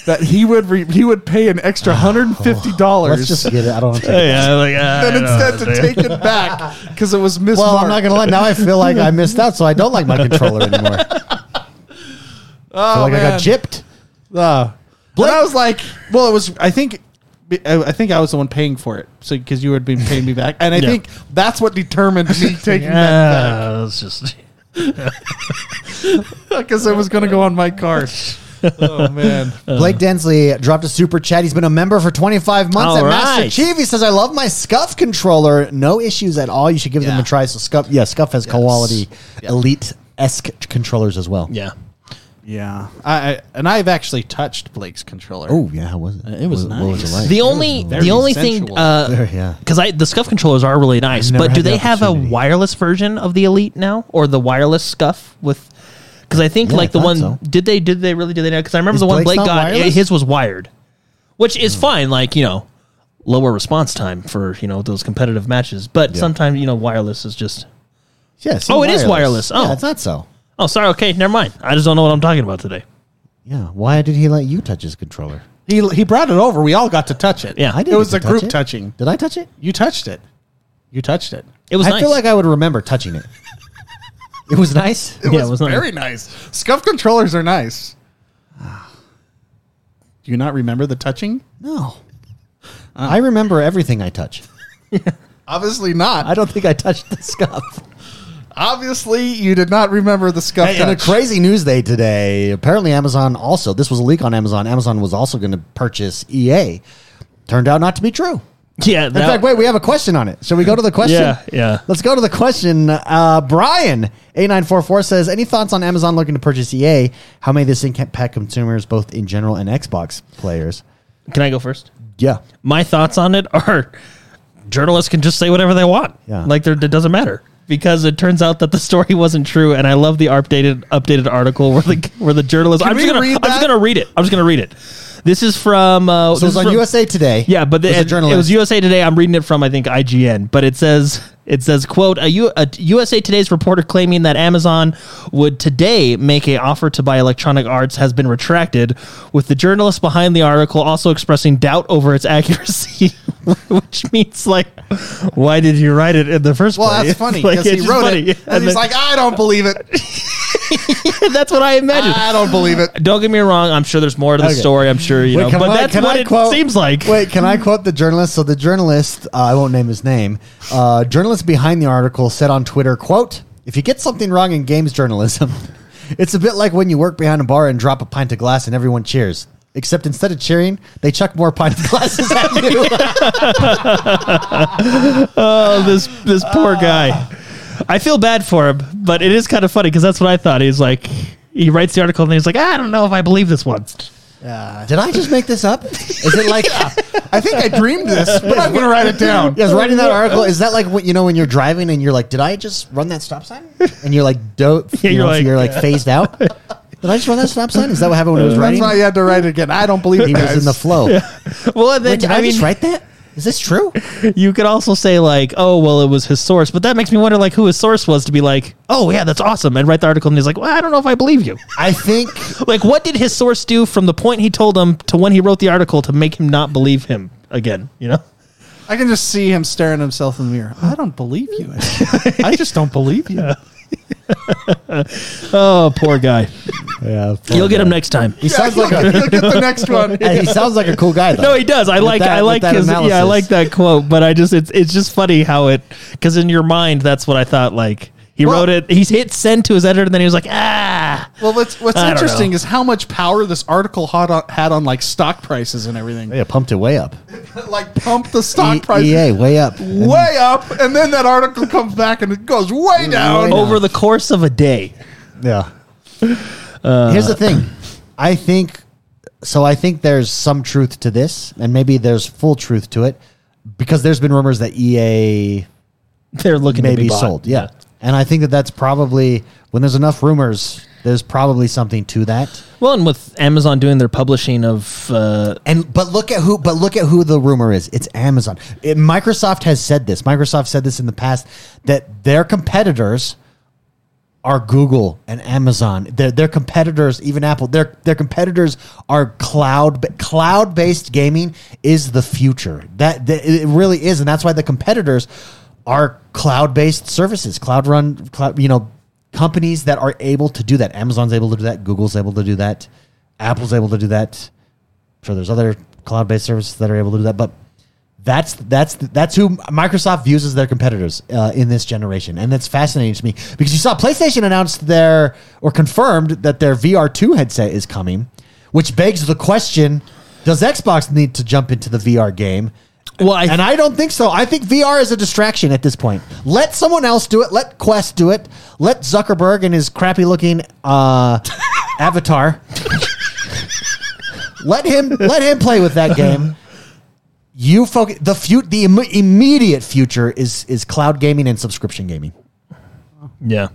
that he would re- he would pay an Oh, extra hundred and fifty let's dollars just get it. I don't. want to take it. yeah, I'm like, ah, I and don't know. instead to take it back because it was mismarked. Well, I'm not gonna lie. Now I feel like I missed out, so I don't like my controller anymore. I feel Oh, like I got man. gypped. Uh, but I was like, well, it was. I think. I I think I was the one paying for it, so because you had been paying me back, and I Yeah. think that's what determined me taking that Yeah, it's just because it was going to go on my card. oh man! Uh. Blake Densley dropped a super chat. He's been a member for 25 months All at Master right. Chief. He says, "I love my Scuff controller. No issues at all. You should give them Yeah. a try." So Scuff, yeah, Scuff has quality elite esque controllers as well. yeah. Yeah, I, I and I've actually touched Blake's controller. Oh yeah, how was it? It was What was it nice. like? The only very the only thing sensual. uh, yeah. because I the scuff controllers are really nice, never but had do the they have a opportunity. wireless version of the Elite now, or the wireless scuff with? Because I think Yeah, I like the thought one so. did they did they really did they? Because I remember Is the one Blake's Hmm. Blake not got eh, wireless? his was wired, which is fine. Like you know, lower response time for you know those competitive matches. But sometimes you know wireless is just Yes. Oh, it is wireless. Oh. yeah, it's not so. oh sorry okay never mind. I just don't know what I'm talking about today. Yeah. Why did he let you touch his controller? He he brought it over. We all got to touch it. Yeah. I I didn't. It was get a to touch group it. touching. Did I touch it? You touched it. You touched it. It was I nice. feel like I would remember touching it. it was nice. yeah, it was nice. very nice. Scuff controllers are nice. Do you not remember the touching? No. Uh. I remember everything I touch. Obviously not. I don't think I touched the scuff. Obviously, you did not remember the scuff. Hey, in a touch. crazy news day today, apparently Amazon also, this was a leak on Amazon. Amazon was also going to purchase EA. Turned out not to be true. yeah In fact, wait, we have a question on it. Shall we go to the question? Yeah, yeah. Let's go to the question. Uh, Brian, 8944 says Any thoughts on Amazon looking to purchase EA? How may this impact consumers, both in general and Xbox players? can I go first? Yeah. my thoughts on it are journalists can just say whatever they want. Yeah. Like they're- it doesn't matter because it turns out that the story wasn't true. And I love the updated updated article where the where the journalist. I'm just we gonna read I'm just that? gonna read it. I'm just gonna read it. This is from So it uh, this was is on from- USA Today. yeah, but the, it was a it, journalist. it was USA Today. I'm reading it from I think IGN, but it says it says quote a, U, a USA Today's reporter claiming that Amazon would today make a offer to buy Electronic Arts has been retracted, with the journalist behind the article also expressing doubt over its accuracy, which means like, why did you write it in the first Well, place? that's funny Like, because it's he just wrote funny. it, and, he's then- like, "I don't believe it. that's what I imagined. I don't believe it." don't get me wrong. I'm sure there's more to the "Ah." Okay. story. I'm sure you Wait, know, can but I- that's can what I it quote- seems like. Wait, can I quote the journalist? So the journalist, uh, I won't name his name, uh, journalist behind the article said on Twitter, "quote If you get something wrong in games journalism, it's a bit like when you work behind a bar and drop a pint of glass and everyone cheers." Except instead of cheering, they chuck more pint of glasses at you. Oh, this this poor guy. I feel bad for him, but it is kind of funny because that's what I thought. He's like, he writes the article and he's like, I don't know if I believe this one. Uh, Did I just make this up? Is it like, I think I dreamed this, but I'm gonna write it down. yes, writing that article, is that like what you know when you're driving and you're like, did I just run that stop sign? And you're like, dope, Yeah, you you're know, so like- you're like phased out. Did I just run that stop sign? Is that what happened when I was Uh, That's writing? why you had to write it again. I don't believe it, He was guys. in the flow. Well, and then Wait, did I, I, mean, just write that? Is this true? you could also say like, oh, well, it was his source, but that makes me wonder like who his source was to be like, oh yeah, that's awesome, and write the article and he's like, well, I don't know if I believe you. I think like, what did his source do from the point he told him to when he wrote the article to make him not believe him again? You know. I can just see him staring himself in the mirror. I don't believe you. I just don't believe you. Oh, poor guy. yeah, You'll get him next time. He sounds like You'll a get the next one. hey, he sounds like a cool guy though. No, he does. I With like that- I with like that his yeah, I analysis. like that quote, but I just it's it's just funny how it because in your mind that's what I thought. Like he Well- wrote it, he's hit send to his editor, and then he was like, ah, Well, what's what's I don't interesting know. is how much power this article had on, had on like stock prices and everything. Yeah, pumped it way up. like pump the E- stock price EA way up. way up, and then that article comes back and it goes way down. down. over the course of a day. Yeah. Here's the thing. I think so I think there's some truth to this and maybe there's full truth to it because there's been rumors that E EA They're looking to maybe be bought. sold. Yeah. And I think that that's probably when there's enough rumors there's probably something to that. Well, and with Amazon doing their publishing of uh, And but look at who but look at who the rumor is. It's Amazon. It- Microsoft has said this. Microsoft said this in the past that their competitors are Google and Amazon. Their their competitors, even Apple. Their their competitors are cloud cloud based gaming is the future. That, that it really is, and that's why the competitors are cloud based services, cloud run, cloud you know companies that are able to do that. Amazon's able to do that. Google's able to do that. Apple's able to do that sure there's other cloud-based services that are able to do that, but that's that's that's who Microsoft views as their competitors uh, in this generation, and that's fascinating to me because you saw PlayStation announced their or confirmed that their VR2 headset is coming, which begs the question: Does Xbox need to jump into the VR game? well, I and I don't think so. I think VR is a distraction at this point. Let someone else do it. Let Quest do it. Let Zuckerberg and his crappy looking uh, avatar. let him let him play with that game. You focus the fu- the Im- immediate future is is cloud gaming and subscription gaming. Yeah.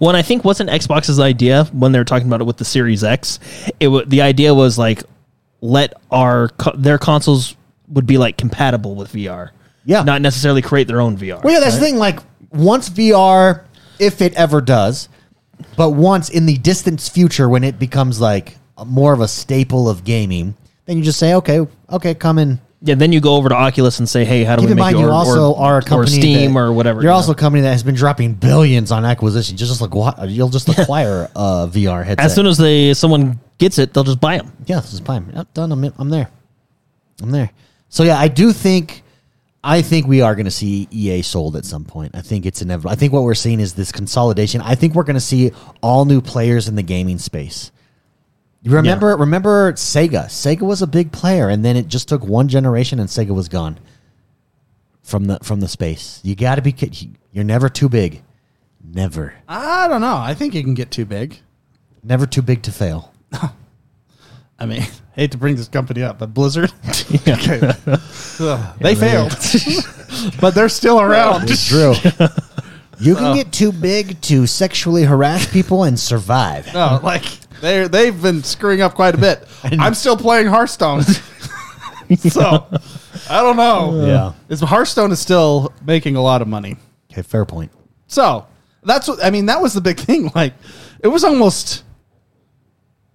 Well, and I think wasn't Xbox's idea when they were talking about it with the Series X. It w- the idea was like let our co- their consoles would be like compatible with VR. Yeah. Not necessarily create their own VR. Well, yeah, that's the thing. Like, once VR, if it ever does, but once in the distant future when it becomes like a- more of a staple of gaming, then you just say, okay, okay, come in. Yeah, then you go over to Oculus and say, "Hey, how do Keep we in make mind, you or- also or, are a company or Steam that- or whatever?" You're you also know? a company that has been dropping billions on acquisition. Just like what you'll just acquire a VR headset. as soon as they someone gets it, they'll just buy them. yeah, this is fine. Yep, done. I'm, in- I'm there. I'm there. So yeah, I do think, I think we are going to see EA sold at some point. I think it's inevitable. I think what we're seeing is this consolidation. I think we're going to see all new players in the gaming space. You remember? Remember Sega? Sega was a big player, and then it just took one generation, and Sega was gone from the from the space. You got to be. ki- You're never too big. Never, I don't know. I think it can get too big. never too big to fail. I mean, hate to bring this company up, but Blizzard, Okay. Ugh, they failed, but they're still around. It's Drew. You Oh. can get too big to sexually harass people and survive. No, like they they've been screwing up quite a bit. I'm still playing Hearthstone, so I don't know. Yeah. It's- Hearthstone is still making a lot of money. Okay, fair point. So that's what I mean. That was the big thing. Like it was almost.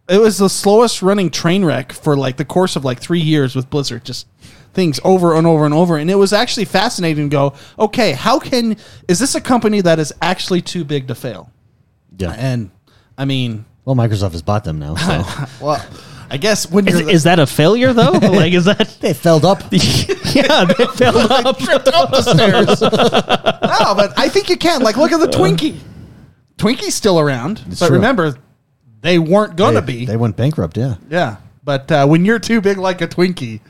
It was the slowest running train wreck for like the course of like three years with Blizzard. Just things over and over and over, and it was actually fascinating. To go okay, how can is this a company that is actually too big to fail? Yeah. And I uh, mean, Well, Microsoft has bought them now, so well, I guess when Is, you're the- is that a failure though? like, is that? they felled up. yeah, they failed up. no, but I think you can. Like, look at the Twinkie. Twinkie's still around, but true. remember, they weren't They, gonna be. they went bankrupt. Yeah. Yeah, but uh, when you're too big like a Twinkie,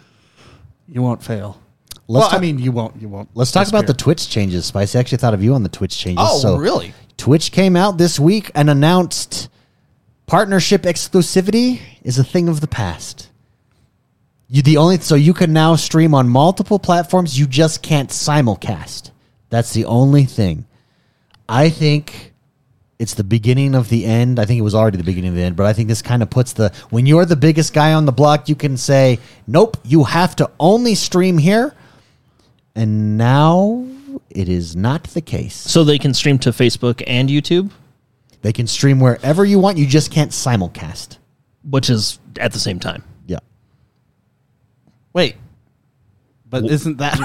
you won't fail. well, talk- I mean, you won't. You won't. Let's talk about the Twitch changes, Spice. I actually thought of you on the Twitch changes. Oh, so really? Twitch came out this week and announced partnership exclusivity is a thing of the past. You the only so you can now stream on multiple platforms. You just can't simulcast. That's the only thing. I think it's the beginning of the end. I think it was already the beginning of the end, but I think this kind of puts the when you're the biggest guy on the block, you can say, "Nope, you have to only stream here." And now it is not the case. so they can stream to Facebook and YouTube, They can stream wherever you want. You just can't simulcast. which is at the same time. Yeah. wait. But isn't that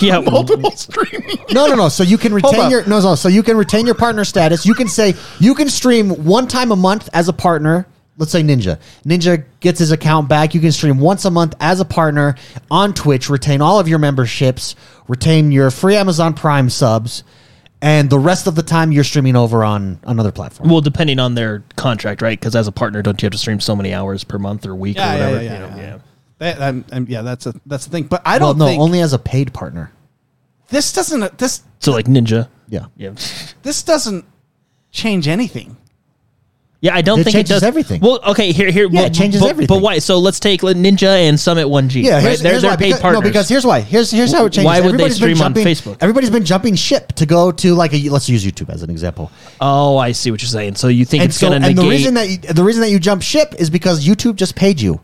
Yeah, multiple streaming? No, no, no. So you can retain on. your no, no. So you can retain your partner status. You can say you can stream one time a month as a partner. Let's say Ninja. Ninja gets his account back. You can stream once a month as a partner on Twitch. Retain all of your memberships. Retain your free Amazon Prime subs, and the rest of the time you're streaming over on another platform. Well, depending on their contract, right? Because as a partner, don't you have to stream so many hours per month or week Yeah, or yeah, whatever? yeah, yeah. you know? yeah. That, I'm, I'm- yeah, that's a that's the thing. But I Well, don't no, think only as a paid partner. this doesn't this So like Ninja. Yeah. Yeah. this doesn't change anything. Yeah, I don't It think it changes does everything. Well, okay, here, here, Yeah, well, it changes but, everything. But why? So let's take like, Ninja and Summit One G. Yeah, right? here's, they're, here's they're why. paid Because, partners. no, because here's why. Here's here's how it changes. Why would they Everybody's been stream on jumping- Facebook? Everybody's been jumping ship to go to like a let's use YouTube as an example. oh, I see what you're saying. So you think And it's so, going to and negate? the reason that you, the reason that you jump ship is because YouTube just paid you,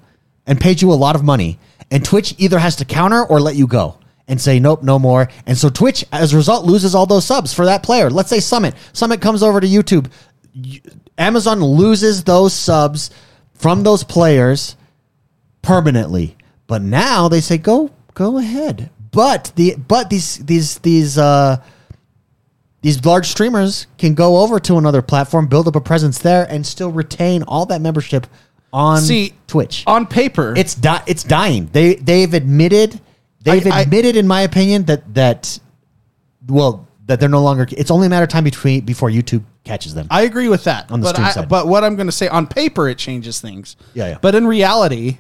and paid you a lot of money, and Twitch either has to counter or let you go and say nope, no more. And so Twitch, as a result, loses all those subs for that player. Let's say Summit. Summit comes over to YouTube. You- Amazon loses those subs from those players permanently. But now they say go go ahead. But the but these these these uh these large streamers can go over to another platform, build up a presence there, and still retain all that membership on See, uh, Twitch. On paper, it's di- it's dying. They they've admitted they've I- I- admitted, in my opinion, that that well that they're no longer. It's only a matter of time between before YouTube catches them. I agree with that. On the but stream I- side. But what I'm going to say on paper, it changes things. Yeah, yeah. But in reality,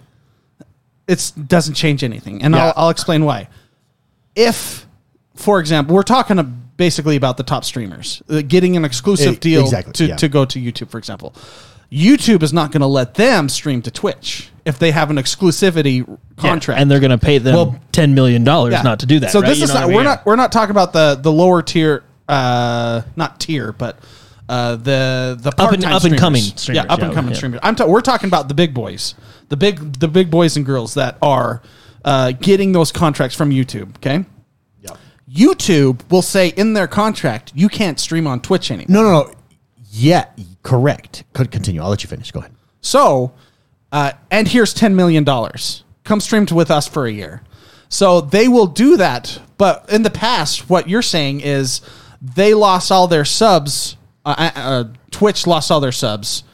it doesn't change anything, and Yeah. I'll, I'll explain why. If, for example, we're talking uh, basically about the top streamers uh, getting an exclusive Eh, deal exactly, to, yeah. to go to YouTube, for example. YouTube is not going to let them stream to Twitch if they have an exclusivity Yeah, contract, and they're going to pay them Well, ten million dollars yeah. not to do that. So right? this You is know not, what I mean? we're Yeah. not we're not talking about the the lower tier, uh, not tier, but uh, the the Up and- part-time up and coming yeah, streamers, up and yeah, coming yeah. streamers. I'm ta- we're talking about the big boys, the big the big boys and girls that are uh, getting those contracts from YouTube. Okay, YouTube will say in their contract you can't stream on Twitch anymore. No, no, no. Yeah, correct. Could continue. I'll let you finish. Go ahead. So, uh, and here's $10 million. Come stream to- with us for a year. So they will do that. But in the past, what you're saying is they lost all their subs. Uh, uh, uh, Twitch lost all their subs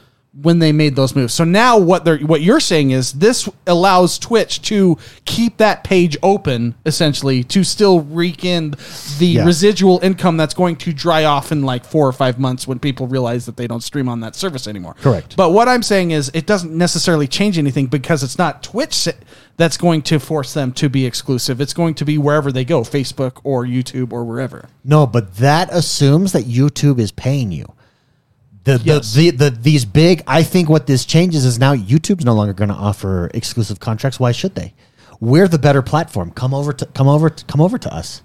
when they made those moves. So now what they're what you're saying is this allows Twitch to keep that page open essentially to still rake in the Yeah. residual income that's going to dry off in like 4 or 5 months when people realize that they don't stream on that service anymore. Correct. But what I'm saying is it doesn't necessarily change anything because it's not Twitch si- that's going to force them to be exclusive. It's going to be wherever they go, Facebook or YouTube or wherever. No, but that assumes that YouTube is paying you. The, the, Yes. the, the these big I think what this changes is now YouTube's no longer going to offer exclusive contracts. Why should they? We're the better platform. Come over to come over to, come over to us.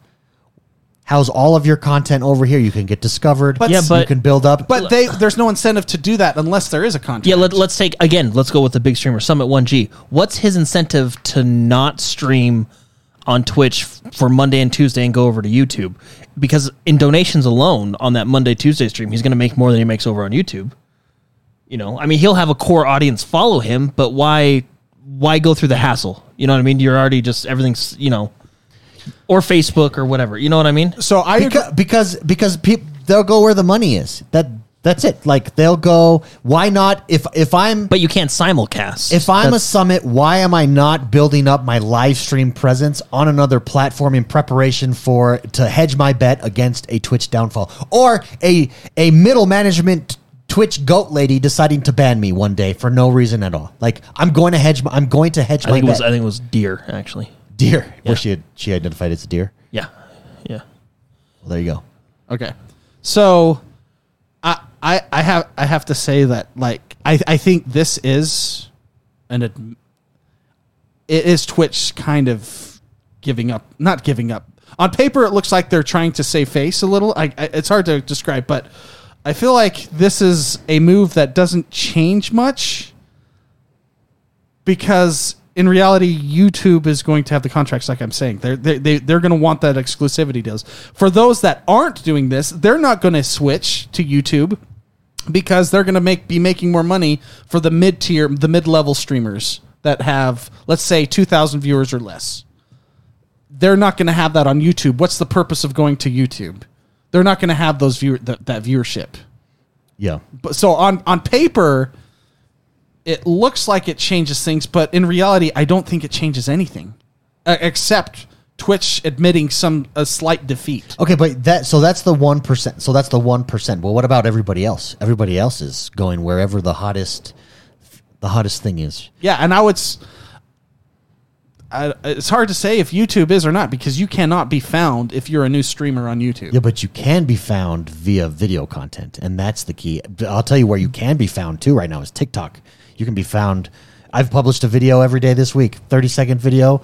How's all of your content over here? You can get discovered. But- Yeah, you but- can build up. But they there's no incentive to do that unless there is a contract. Yeah, let, let's take again. Let's go with the big streamer Summit One G. What's his incentive to not stream on Twitch f- for Monday and Tuesday and go over to YouTube? Because in donations alone on that Monday Tuesday stream, he's going to make more than he makes over on YouTube. You know, I mean, he'll have a core audience follow him, but why? Why go through the hassle? You know what I mean? You're already just everything's you know, or Facebook or whatever. You know what I mean? so I agree- because because, because people they'll go where the money is. That that's it. Like they'll go. Why not? If if I'm But you can't simulcast. If I'm That's- a summit, why am I not building up my live stream presence on another platform in preparation for to hedge my bet against a Twitch downfall or a a middle management Twitch goat lady deciding to ban me one day for no reason at all? Like I'm going to hedge. My, I'm going to hedge I my think it was bet. I think it was deer actually. deer. Where she had, she identified as a deer. Yeah, yeah. Well, there you go. Okay. So I I I have I have to say that like I I think this is an ad- it is Twitch kind of giving up, not giving up. On paper it looks like they're trying to save face a little. I, I it's hard to describe, but I feel like this is a move that doesn't change much because in reality, YouTube is going to have the contracts, like I'm saying. They're, they, they, they're going to want that exclusivity deals. For those that aren't doing this, they're not going to switch to YouTube because they're going to make be making more money for the mid tier, the mid level streamers that have, let's say, 2,000 viewers or less. They're not going to have that on YouTube. What's the purpose of going to YouTube? They're not going to have those viewer, that that viewership Yeah. but so on on paper it looks like it changes things but in reality i don't think it changes anything uh, except twitch admitting some a slight defeat Okay, but that so that's the one percent. So that's the one percent. Well, what about everybody else? Everybody else is going wherever the hottest the hottest thing is. yeah and i would s- I, it's hard to say if youtube is or not because you cannot be found if you're a new streamer on youtube Yeah, but you can be found via video content, and that's the key. But I'll tell you where you can be found too right now is TikTok. You can be found. I've published a video every day this week, thirty second video,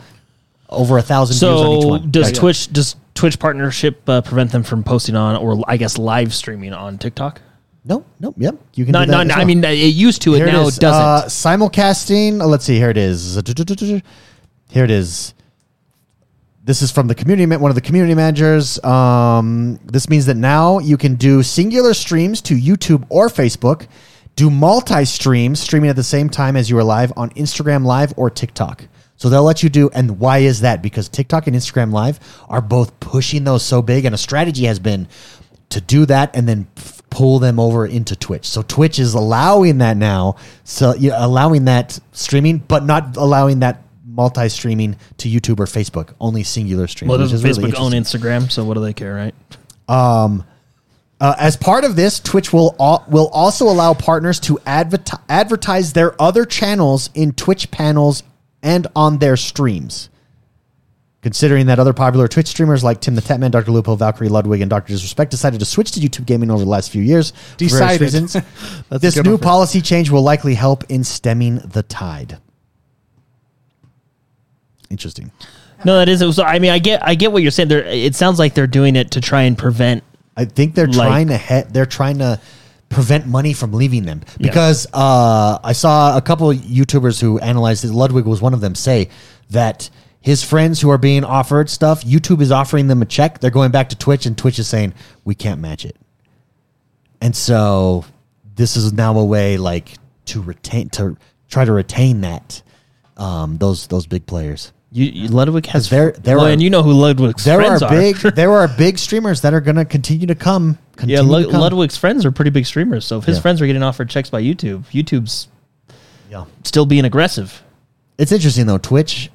over a thousand views on each So one. does Right. Twitch does Twitch partnership uh, prevent them from posting on or I guess live streaming on TikTok? No, no, yep. You can. No, do that no, as no. I well. mean, it used to. It Here now is. it doesn't. Uh, simulcasting. uh, Let's see. Here it is. Here it is. This is from the community, ma- one of the community managers. Um, this means that now you can do singular streams to YouTube or Facebook, do multi streams, streaming at the same time as you are live on Instagram Live or TikTok. So they'll let you do, and why is that? Because TikTok and Instagram Live are both pushing those so big, and a strategy has been to do that and then f- pull them over into Twitch. So Twitch is allowing that now, so yeah, allowing that streaming, but not allowing that multi-streaming to YouTube or Facebook, only singular streaming. well, which doesn't is really Facebook own interesting. Instagram? So what do they care, right? Uh, as part of this, Twitch will al- will also allow partners to adverti- advertise their other channels in Twitch panels and on their streams. Considering that other popular Twitch streamers like Tim the Tatman, Dr. Lupo, Valkyrie Ludwig, and Dr. Disrespect decided to switch to YouTube gaming over the last few years for various Decided. reasons, That's this a good new one for- policy change will likely help in stemming the tide. Interesting. No, that is. So, I mean, I get, I get what you're saying. There, it sounds like they're doing it to try and prevent. I think they're Like- trying to he- they're trying to prevent money from leaving them Yeah. because uh, I saw a couple YouTubers who analyzed it. Ludwig was one of them. Say that His friends who are being offered stuff, YouTube is offering them a check. They're going back to Twitch, and Twitch is saying, we can't match it. And so this is now a way like to retain to try to retain that um, those those big players. You, you Ludwig has there- there well, are- and you know who Ludwig's There friends are are. big there are big streamers that are going to continue to come. Continue yeah, Lud- to come. Ludwig's friends are pretty big streamers. So if his Yeah. friends are getting offered checks by YouTube, YouTube's Yeah. still being aggressive. It's interesting though. Twitch,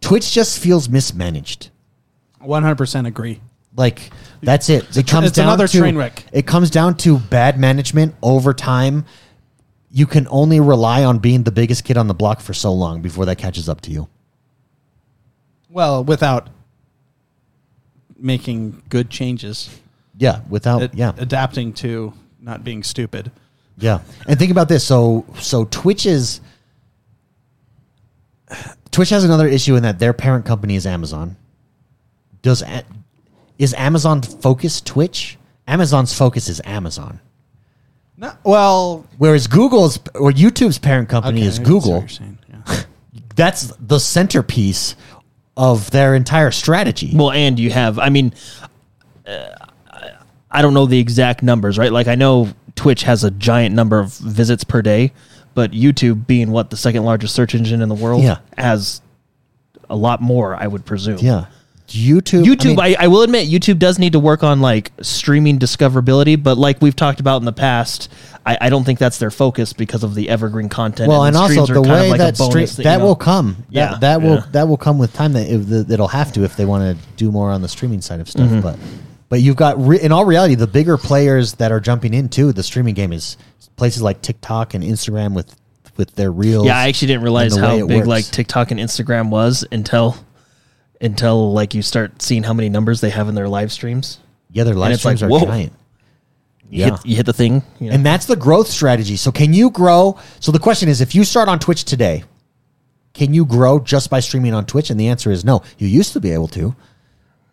Twitch just feels mismanaged. One hundred percent agree. Like that's it. it tra- comes it's down another to, train wreck. It comes down to bad management over time. You can only rely on being the biggest kid on the block for so long before that catches up to you. Well, without making good changes, Yeah, without ad- yeah, adapting to not being stupid. yeah. And think about this. So so Twitch is Twitch has another issue in that their parent company is Amazon. Does A- is Amazon focus Twitch? Amazon's focus is Amazon. No, well, Whereas Google's or YouTube's parent company okay, is I see what Google. you're saying, yeah. That's the centerpiece of their entire strategy. Well, and you have, I mean, uh, I don't know the exact numbers, right? Like I know Twitch has a giant number of visits per day, but YouTube, being what the second largest search engine in the world, Yeah. has a lot more, I would presume. yeah. YouTube. YouTube, I, I, mean, I, will admit, YouTube does need to work on like streaming discoverability, but like we've talked about in the past, I, I don't think that's their focus because of the evergreen content. well, and the also streams are the kind of way like a that stre- bonus that, you know. will come. Yeah. That, that will Yeah. that will come with time. That it, it'll have to if they want to do more on the streaming side of stuff. Mm-hmm. But but you've got re- in all reality the bigger players that are jumping into the streaming game is places like TikTok and Instagram with with their reels. Yeah, I actually didn't realize the how way big it works. like TikTok and Instagram was until until like you start seeing how many numbers they have in their live streams. yeah, their live it's like, streams are whoa. giant. You, hit, you hit the thing, you know. And that's the growth strategy. So can you grow? So the question is if you start on Twitch today, can you grow just by streaming on Twitch? And the answer is no. You used to be able to.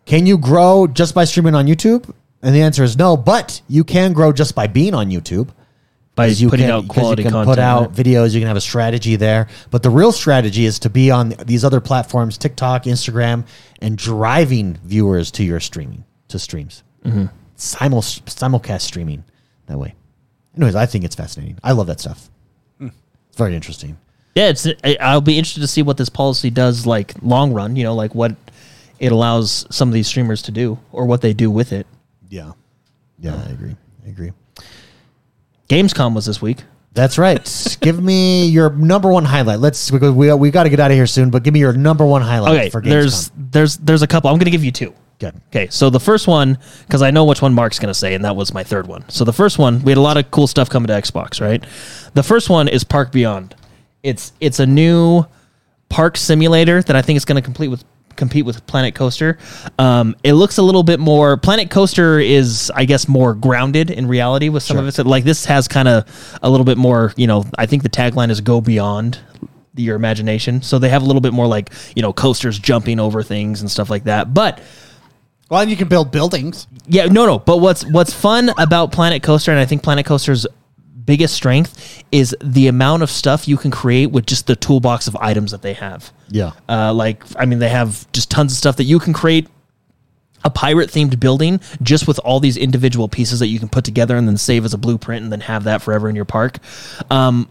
Can you grow just by streaming on YouTube? And the answer is no, but you can grow just by being on YouTube. by 'Cause you putting can- out 'cause quality you can content. put out right? videos. You can have a strategy there, but the real strategy is to be on these other platforms, TikTok, Instagram, and driving viewers to your streaming to streams, Mm-hmm. Simul- simulcast streaming that way. Anyways, I think it's fascinating. I love that stuff. It's very interesting. Yeah, it's. I- I'll be interested to see what this policy does, like long run. You know, like what it allows some of these streamers to do, or what they do with it. Yeah, yeah, I agree. I agree. Gamescom was this week. That's right. give me your number one highlight. Let's we we, we got to get out of here soon, but give me your number one highlight Okay, Oh, for Gamescom. there's there's there's a couple. I'm gonna give you two. good. Okay, so the first one, because I know which one Mark's going to say, and that was my third one. So the first one, we had a lot of cool stuff coming to Xbox, right? The first one is Park Beyond. It's it's a new park simulator that I think is going to complete with compete with Planet Coaster. Um, it looks a little bit more. Planet Coaster is, I guess, more grounded in reality with some of its like this has kind of a little bit more. You know, I think the tagline is "Go Beyond." Your imagination, so they have a little bit more like you know coasters jumping over things and stuff like that. But well, and you can build buildings. yeah, no, no. But what's what's fun about Planet Coaster, and I think Planet Coaster's biggest strength is the amount of stuff you can create with just the toolbox of items that they have. Yeah. Uh, like, I mean, they have just tons of stuff that you can create a pirate themed building just with all these individual pieces that you can put together and then save as a blueprint and then have that forever in your park. Um,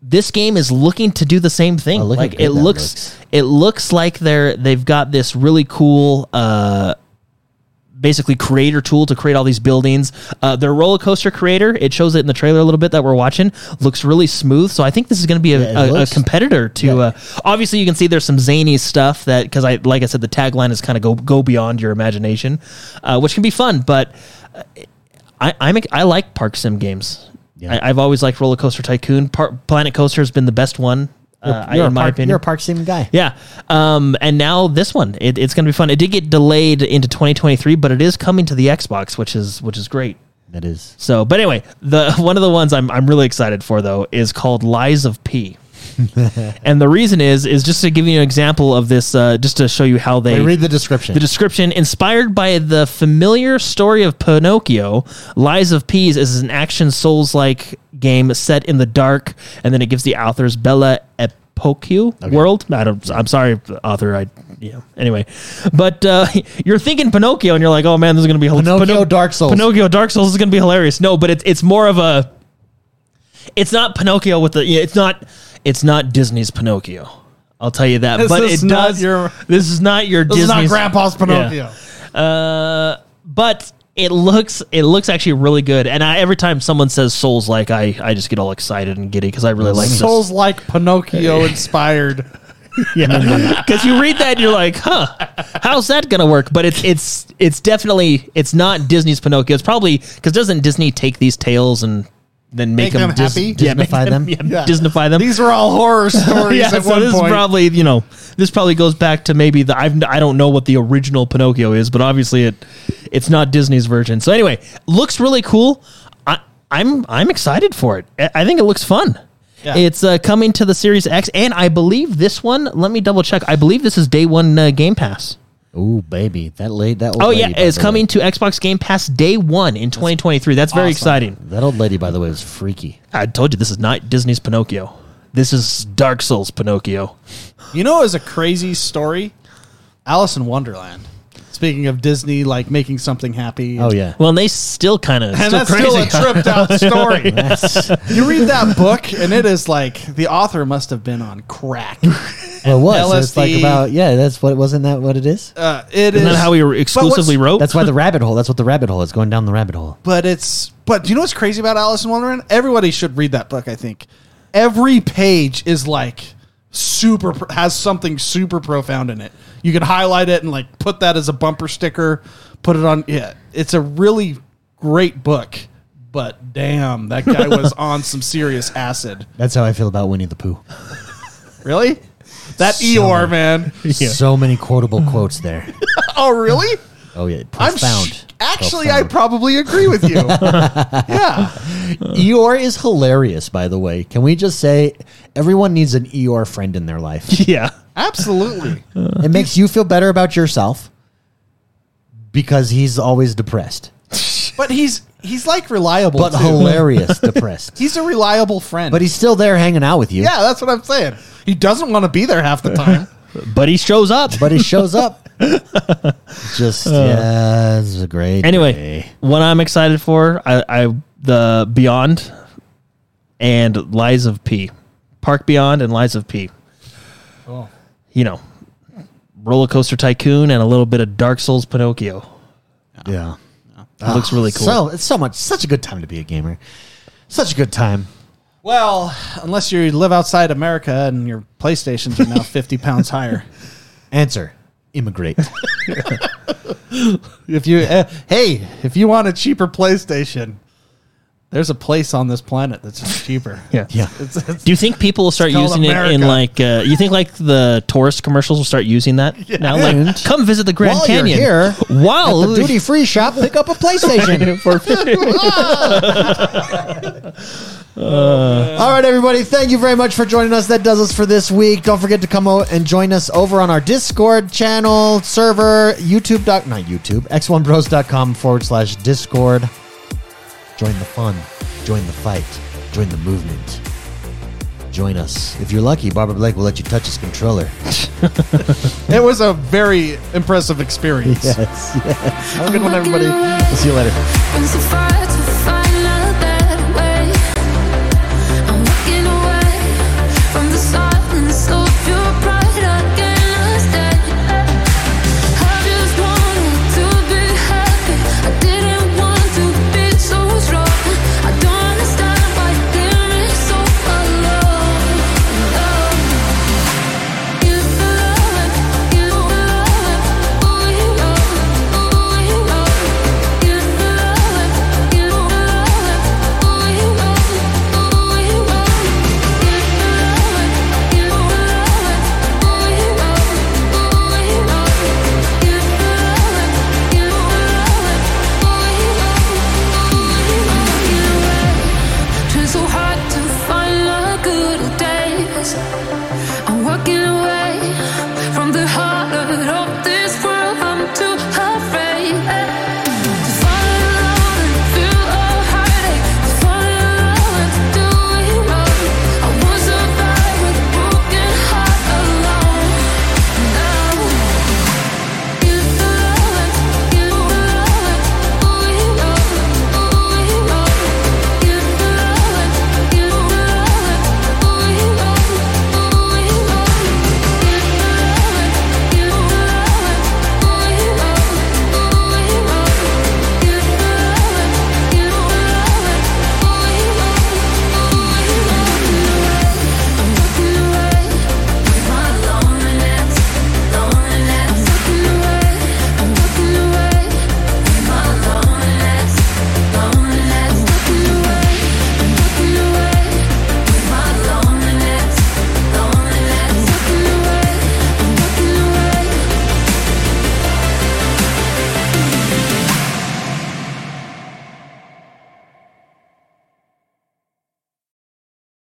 this game is looking to do the same thing. Oh, look how like good it that looks, looks. it looks like they're they've got this really cool uh, basically creator tool to create all these buildings. Uh, their roller coaster creator, it shows it in the trailer a little bit that we're watching, looks really smooth. So I think this is going to be a, Yeah, it a- a looks- competitor to. Uh, obviously, you can see there's some zany stuff that because I like I said the tagline is kind of go go beyond your imagination, uh, which can be fun. But uh, I I'm, I like park sim games. Yeah. I, I've always liked Roller Coaster Tycoon. Par- Planet Coaster has been the best one. Uh, I- You're, a in my park, opinion, you're a park sim guy. yeah. Um, and now this one, it, it's going to be fun. It did get delayed into 2023, but it is coming to the Xbox, which is which is great. That is. So, but anyway, the one of the ones I'm I'm really excited for though is called Lies of P. and the reason is is just to give you an example of this, uh, just to show you how they Wait, read the description. the description, inspired by the familiar story of Pinocchio, Lies of Peas is an action Souls like game set in the dark, and then it gives the authors Bella Epocchio world. I don't, I'm sorry, author. I yeah. Anyway, but uh, you're thinking Pinocchio, and you're like, oh man, this is gonna be hil- Pinocchio, Dark Souls. Pinocchio Dark Souls is gonna be hilarious. No, but it's it's more of a. It's not Pinocchio with the. yeah, It's not. It's not Disney's Pinocchio. I'll tell you that. This but is it not does. your- this is not your. This is not Disney's- Grandpa's Pinocchio. uh, but it looks it looks actually really good. And I, every time someone says Souls like, I I just get all excited and giddy because I really like Souls. Souls like Pinocchio inspired. Because you read that and you're like, huh, how's that gonna work? But it's it's it's definitely it's not Disney's Pinocchio. It's probably because doesn't Disney take these tales and then make, Make them dis- happy? yeah, make Disneyfy them? yeah, Yeah. Disneyfy them. These were all horror stories yeah, at so one this point. is probably you know this probably goes back to maybe the I've, I don't know what the original Pinocchio is, but obviously it it's not Disney's version. So anyway, looks really cool. I, I'm I'm excited for it. I- I think it looks fun. Yeah. It's uh, coming to the Series X, and I believe this one. Let me double check. I believe this is day one uh, Game Pass. Ooh, baby, that late. That old Oh lady, yeah, by it's the coming way- to Xbox Game Pass day one in 2023. That's very awesome. exciting. That old lady, by the way, was freaky. I told you this is not Disney's Pinocchio. This is Dark Souls Pinocchio. You know, is a crazy story. Alice in Wonderland. Speaking of Disney, like making something happy. Oh yeah. Well, and they still kind of and still that's crazy. still a tripped out story. That's, you read that book, and it is like the author must have been on crack. well, it was. It's LSD. like about yeah. That's what wasn't that what it is? Uh, it Isn't that is- how he but what's- exclusively wrote? That's why the rabbit hole. That's what the rabbit hole is. Going down the rabbit hole. but it's but do you know what's crazy about Alice in Wonderland? Everybody should read that book. I think every page is like super has something super profound in it. You can highlight it and like put that as a bumper sticker. Put it on. Yeah, it's a really great book. But damn, that guy was on some serious acid. That's how I feel about Winnie the Pooh. Really? That Eeyore man. So many quotable quotes there. Oh, really? Oh yeah, I'm sh- profound. actually, I Profound. probably agree with you. yeah. Eeyore is hilarious. By the way, can we just say everyone needs an Eeyore friend in their life? yeah. Absolutely. it makes you feel better about yourself because he's always depressed, But he's he's like reliable. but too. hilarious depressed. He's a reliable friend. But he's still there hanging out with you. yeah, that's what I'm saying. He doesn't want to be there half the time. But he shows up. but he shows up. Just yeah, this is a great. anyway, day. what I'm excited for, I, I the Beyond and Lies of P. Park Beyond and Lies of P. Oh. You know, roller coaster tycoon and a little bit of Dark Souls Pinocchio. yeah, It looks really cool. Ah, So it's so much, such a good time to be a gamer. Such a good time. well, unless you live outside America and your PlayStations are now 50 pounds higher. Answer: immigrate. If you uh, hey, if you want a cheaper PlayStation, there's a place on this planet that's cheaper. yeah. yeah, It's, it's, Do you think people will start It's called using it in America. like uh, you think like the tourist commercials will start using that now? Like, And come visit the Grand while you're Canyon. here, while the duty free shop. Pick up a PlayStation. for All right, everybody. Thank you very much for joining us. That does us for this week. Don't forget to come out and join us over on our Discord channel, server, YouTube. Doc, not YouTube, x1bros.com forward slash Discord. Join the fun. Join the fight. Join the movement. Join us. If you're lucky, Barbara Blake will let you touch his controller. it was a very impressive experience. Yes. Have a good one, everybody. We'll see you later. Been so far